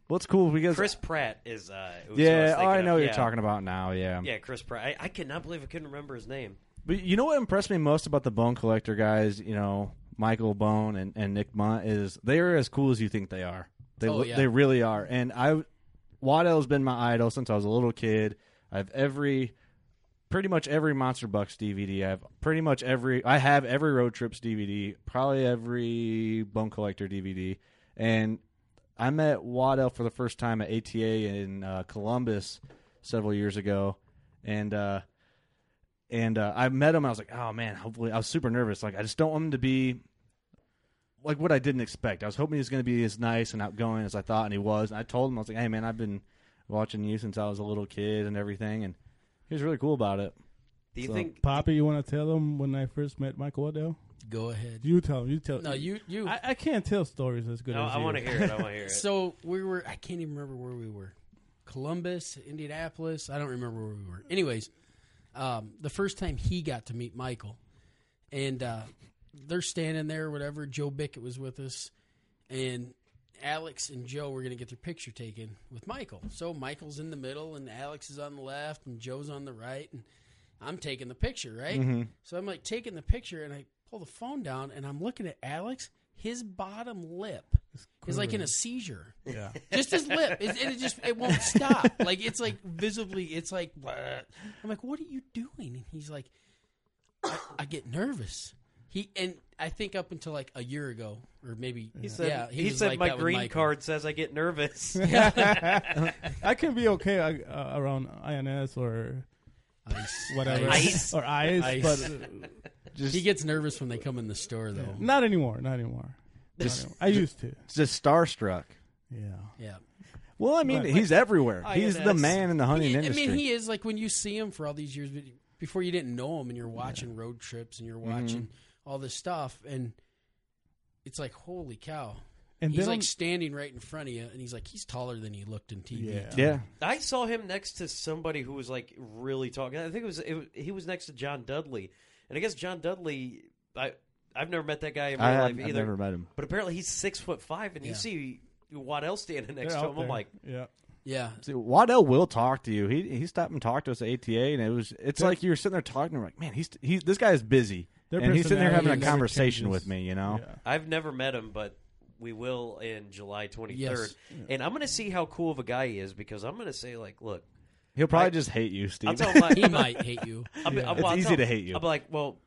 A: What's cool because
D: Chris Pratt is. Uh, who
A: Yeah,
D: was
A: oh, I
D: thinking
A: know
D: of.
A: what
D: Yeah.
A: you're talking about now. Yeah.
D: Yeah, Chris Pratt. I, I cannot believe I couldn't remember his name.
A: But you know what impressed me most about the Bone Collector guys? You know, Michael Bone and, and Nick Munt is they are as cool as you think they are. They
G: Oh,
A: lo-
G: yeah.
A: they really are. And I Waddell's been my idol since I was a little kid. I have every pretty much every Monster Bucks DVD. I have pretty much every I have every Road Trips DVD, probably every Bone Collector DVD. And I met Waddell for the first time at ATA in uh, Columbus several years ago, and uh, and uh, I met him. I was like, oh man, hopefully I was super nervous. Like I just don't want him to be like what I didn't expect. I was hoping he was going to be as nice and outgoing as I thought, and he was. And I told him I was like, hey man, I've been watching you since I was a little kid and everything, and he was really cool about it.
D: Do you
A: So-
D: think?
C: Poppy, you want to tell them when I first met Michael Waddell?
G: Go ahead.
C: You tell him. You tell.
G: No, you- you-
C: I, I can't tell stories as good
D: No,
C: as
D: I
C: you.
D: want to hear it. I want
G: <laughs>
D: to hear it.
G: So we were. I can't even remember where we were. Columbus, Indianapolis. I don't remember where we were. Anyways, um, the first time he got to meet Michael, and uh, they're standing there, whatever. Joe Bickett was with us, and Alex and Joe were going to get their picture taken with Michael. So Michael's in the middle, and Alex is on the left, and Joe's on the right, and I'm taking the picture, right?
A: Mhm.
G: So I'm like taking the picture, and I pull the phone down, and I'm looking at Alex. His bottom lip is like in a seizure.
C: Yeah.
G: <laughs> Just his lip, it's, and it just it won't stop. Like it's like visibly, it's like "Bleh." I'm like, what are you doing? And he's like, I, I get nervous. He and I think up until like a year ago, or maybe
D: He said,
G: yeah,
D: he
G: was
D: said
G: like
D: my
G: that with
D: green
G: Michael."
D: card says I get
G: <laughs>
D: nervous.
C: <laughs> I can be okay uh, around INS or
G: Ice.
C: whatever,
G: Ice.
C: or ice,
G: Ice.
C: but uh,
A: Just
G: He gets nervous when they come in the store, though.
C: not anymore. Not anymore. Not
A: Just-
C: anymore. I used to.
A: just starstruck.
C: Yeah.
G: Yeah,
A: Well, I mean,
C: But-
A: he's everywhere. He's the
D: INS.
A: man in the hunting
G: I
A: industry.
G: mean, he is like when you see him for all these years but before you didn't know him, and you're watching road trips and you're watching
C: Mm-hmm.
G: all this stuff, and it's like, holy cow!
C: And
G: he's
C: then
G: like standing right in front of you, and he's like, he's taller than he looked in TV.
C: Yeah.
A: yeah.
D: I saw him next to somebody who was like really talking. I think it was, it was he was next to John Dudley, and I guess John Dudley. I I've never met that guy in real
A: I,
D: life
A: have,
D: either.
A: I've never met him.
D: But apparently he's six foot five, and you
G: Yeah.
D: see Waddell standing
C: they're
D: next to
C: out
D: him.
C: there.
D: I'm like,
C: yeah.
G: yeah.
A: See, Waddell will talk to you. He he stopped and talked to us at ATA, and it was it's
C: They're-
A: like you were sitting there talking. And we're like, man, he's he's this guy is busy,
C: Their
A: and he's sitting there having a
C: personality never
A: conversation
C: changes.
A: with me. You know,
C: Yeah.
D: I've never met him, but we will in July 23rd,
G: Yes.
D: and I'm going to see how cool of a guy he is because I'm going to say like, look,
A: he'll probably
D: I-
A: just hate you, Steve.
D: I'll
A: <laughs>
D: tell my,
G: he might hate
C: <laughs>
G: you.
D: I'll be, I'll,
A: It's
D: well, I'll
A: easy
D: tell-
A: to hate you.
D: I'll be like, well,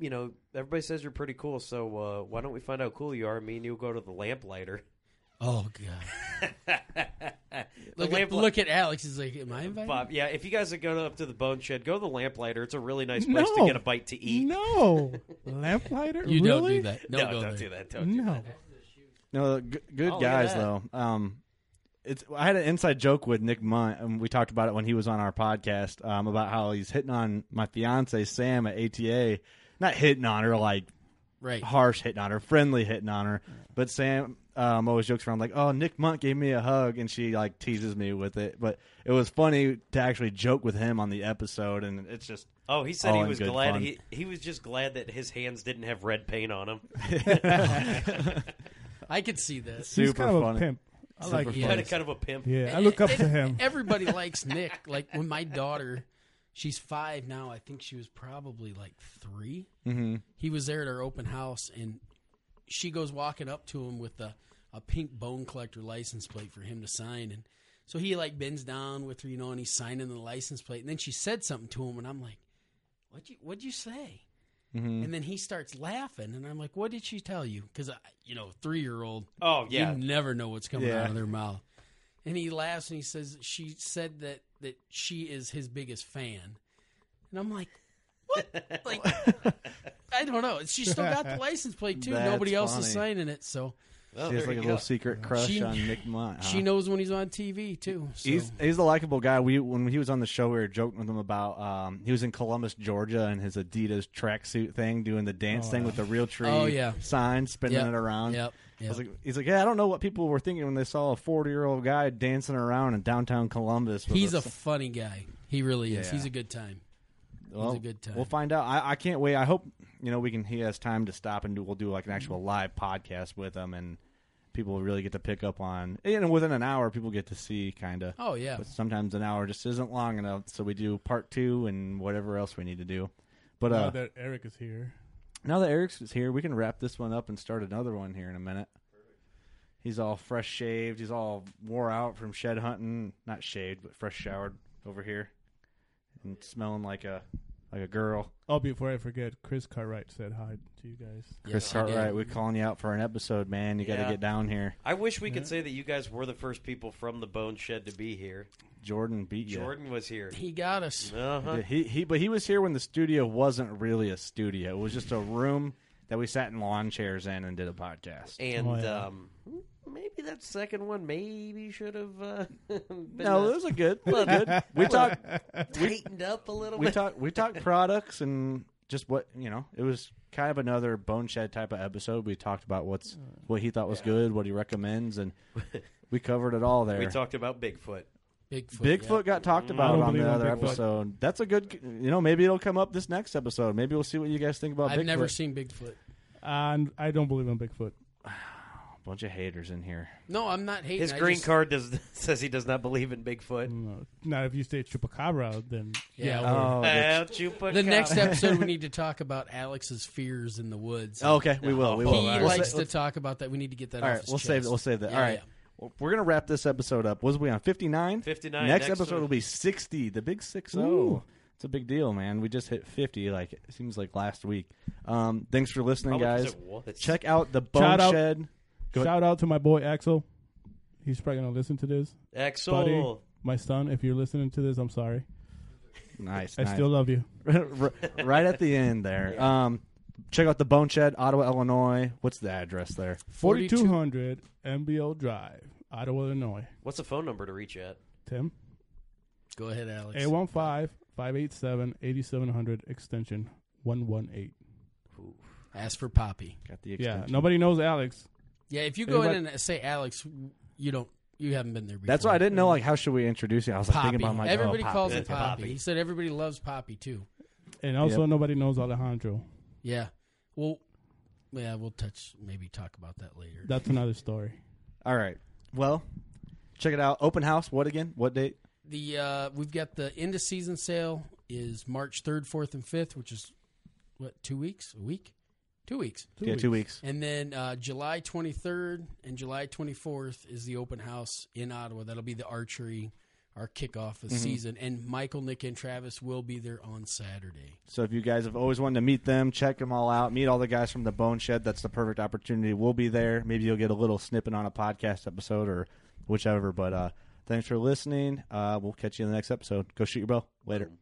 D: you know, everybody says you're pretty cool, so uh, why don't we find out how cool you are? Me and you go to the lamplighter.
G: Oh god!
D: The
G: Look, at,
D: lampli-
G: look at Alex. He's like, "Am I invited?"
D: Bob, yeah, if you guys are going up to the Bone Shed, go to the Lamplighter. It's a really nice place
C: No.
D: to get a bite to eat.
C: No,
D: <laughs>
C: lamplighter.
G: You don't
C: Really?
G: do that. Don't
D: No,
G: go
D: don't
G: there.
D: do that. Don't do
C: No.
D: that.
A: no, g- good
D: Oh, look at
A: guys
D: that.
A: though. Um, it's I had an inside joke with Nick Munt, and we talked about it when he was on our podcast um, about how he's hitting on my fiance Sam at ATA, not hitting on her like
G: Right.
A: harsh hitting on her, friendly hitting on her. But Sam um, always jokes around like, "Oh, Nick Munt gave me a hug," and she like teases me with it. But it was funny to actually joke with him on the episode, and it's just <laughs>
D: Oh, he said
A: All
D: he
A: in
D: was
A: good
D: glad.
A: fun.
D: He, he was just glad that his hands didn't have red paint on them.
G: I could see this.
C: He's
A: super
C: kind of
A: funny.
C: a pimp. I like
A: Super
G: Yeah.
D: Kind
A: funny.
D: of, kind of a pimp.
C: Yeah, I look up
D: <laughs>
C: to him.
G: <laughs> Everybody likes Nick. Like when my daughter, she's five now. I think she was probably like three.
A: hmm
G: He was there at our open house, and she goes walking up to him with a, a pink bone collector license plate for him to sign. And so he like bends down with her, you know, and he's signing the license plate. And then she said something to him, and I'm like, "What you What'd you say?" And then he starts laughing, and I'm like, "What did she tell you?" Because you know, three year old,
D: Oh, yeah.
G: you never know what's coming
A: Yeah.
G: out of their mouth. And he laughs and he says, "She said that that she is his biggest fan," and I'm like,
A: <laughs>
G: "What? like, I don't know. She still got the license plate too.
A: That's
G: Nobody else is
A: funny.
G: signing it, so
D: Oh,
A: she has like
D: there
A: a
D: you
A: little
D: go.
A: secret crush
G: She-
A: on Nick Munt. huh?
G: she knows when he's on TV too. So.
A: Uh-huh. He's he's a likable guy. We when he was on the show, we were joking with him about um, he was in Columbus, Georgia, and his Adidas tracksuit thing, doing the dance thing with the real tree
G: Oh, yeah.
A: sign, spinning
G: Yep,
A: it around.
G: Yep.
A: I was like, he's like, yeah, I don't know what people were thinking when they saw a forty-year-old guy dancing around in downtown Columbus. with <laughs>
G: He's
A: a
G: a funny guy. He really is.
A: Yeah.
G: He's a good time.
A: Well,
G: He's a good time.
A: We'll find out. I, I can't wait. I hope you know we can. He has time to stop and do. We'll do like an actual live podcast with him, and people really get to pick up on. And within an hour, people get to see kind of.
G: Oh, yeah.
A: But sometimes an hour just isn't long enough, so we do part two and whatever else we need to do. But
C: now
A: uh,
C: that Eric is here,
A: now that Eric's is here, we can wrap this one up and start another one here in a minute. He's all fresh shaved. He's all wore out from shed hunting. Not shaved, but fresh showered over here, and smelling like a like a girl.
C: oh, before I forget, Chris Cartwright said hi to you guys.
A: Chris Cartwright, we're calling you out for an episode, man. You got
D: Yeah.
A: to get down here.
D: I wish we could say that you guys were the first people from the Bone Shed to be here.
A: Jordan beat you.
D: Jordan was here.
G: He got us.
D: Uh-huh.
A: He, he, but he was here when the studio wasn't really a studio. It was just a room that we sat in lawn chairs in and did a podcast.
D: And
C: Oh, yeah.
D: um, maybe that second one maybe should have uh, <laughs> been
A: no,
D: uh,
A: those are good.
D: <laughs>
A: Those are good. We talked. We,
D: tightened up a little
A: we
D: bit.
A: talked. We talked products and just what you know. It was kind of another bone shed type of episode. We talked about what's what he thought was good, what he recommends,
D: <laughs>
A: and we covered it all there.
D: we talked about Bigfoot.
G: Bigfoot. yeah.
A: Bigfoot got talked
C: I
A: about
C: don't
A: on
C: believe
A: the
C: in
A: other
C: Bigfoot.
A: episode. That's a good, you know, maybe it'll come up this next episode. Maybe we'll see what you guys think about
G: I've
A: Oh, Bigfoot.
G: never seen Bigfoot.
C: And I don't believe in Bigfoot.
A: bunch of haters in here.
G: No, I'm not hating.
D: His
G: I
D: green
G: just-
D: card does, <laughs> says he does not believe in Bigfoot.
A: Mm.
C: No. Now, if you say chupacabra, then
D: <laughs>
G: Yeah.
A: Oh,
D: Well, Chupacabra.
A: <laughs>
G: the next episode, we need to talk about Alex's fears in the woods.
A: Oh, okay, we
G: <laughs>
A: will. We
G: He
A: will. We'll
G: likes
A: sa-
G: to talk about that. We need to get that.
A: All
G: off
A: right,
G: his
A: we'll save.
G: chest.
A: We'll save that.
G: Yeah,
A: All right.
G: yeah.
A: Well, We're gonna wrap this episode up. Was we on fifty nine?
D: 59,
A: Next,
D: next
A: episode
D: one.
A: will be sixty. The big six zero. It's a big deal, man. We just hit fifty. Like it seems like last week. Um, thanks for listening,
D: Probably
A: guys.
D: 'cause it was.
A: Check out the Bone
C: Shout out-
A: Shed. Go ahead.
C: shout out to my boy Axel. He's probably gonna listen to this,
D: Axel.
C: buddy. My son, if you're listening to this, I'm sorry.
A: Nice.
C: I
A: nice.
C: still love you.
A: <laughs> R- right at the end there. Um, check out the Bone Shed, Ottawa, Illinois. What's the address there?
C: 4200 MBO Drive, Ottawa, Illinois.
D: What's the phone number to reach at?
C: Tim,
G: Go ahead, Alex.
C: 815-587-8700 extension 118.
G: Ask for Poppy.
A: Got the
C: Yeah,
A: extension.
C: nobody knows Alex.
G: Yeah, if you
C: Hey,
G: go
C: what-
G: in and say Alex, you don't. You haven't been there before.
A: That's why I didn't know. Like, how should we introduce you? I was like,
G: Poppy.
A: thinking about my like, oh,
G: everybody
A: Poppy.
G: calls it
D: That's
G: Poppy.
D: Poppy.
G: He said everybody loves Poppy too.
C: And also nobody knows Alejandro.
G: Yeah. Well, yeah, we'll touch maybe talk about that later.
C: That's another story.
A: All right. Well, check it out. Open house. What again? What date?
G: The uh, we've got the end of season sale is March third, fourth, and fifth, which is what two weeks? A week? Two weeks.
A: yeah, two weeks.
G: And then uh, July 23rd and July 24th is the open house in Ottawa. That'll be the archery, our kickoff of the season. And Michael, Nick, and Travis will be there on Saturday.
A: So if you guys have always wanted to meet them, check them all out. Meet all the guys from the Bone Shed. That's the perfect opportunity. We'll be there. Maybe you'll get a little snippet on a podcast episode or whichever. But uh, thanks for listening. Uh, we'll catch you in the next episode. Go shoot your bow. Later.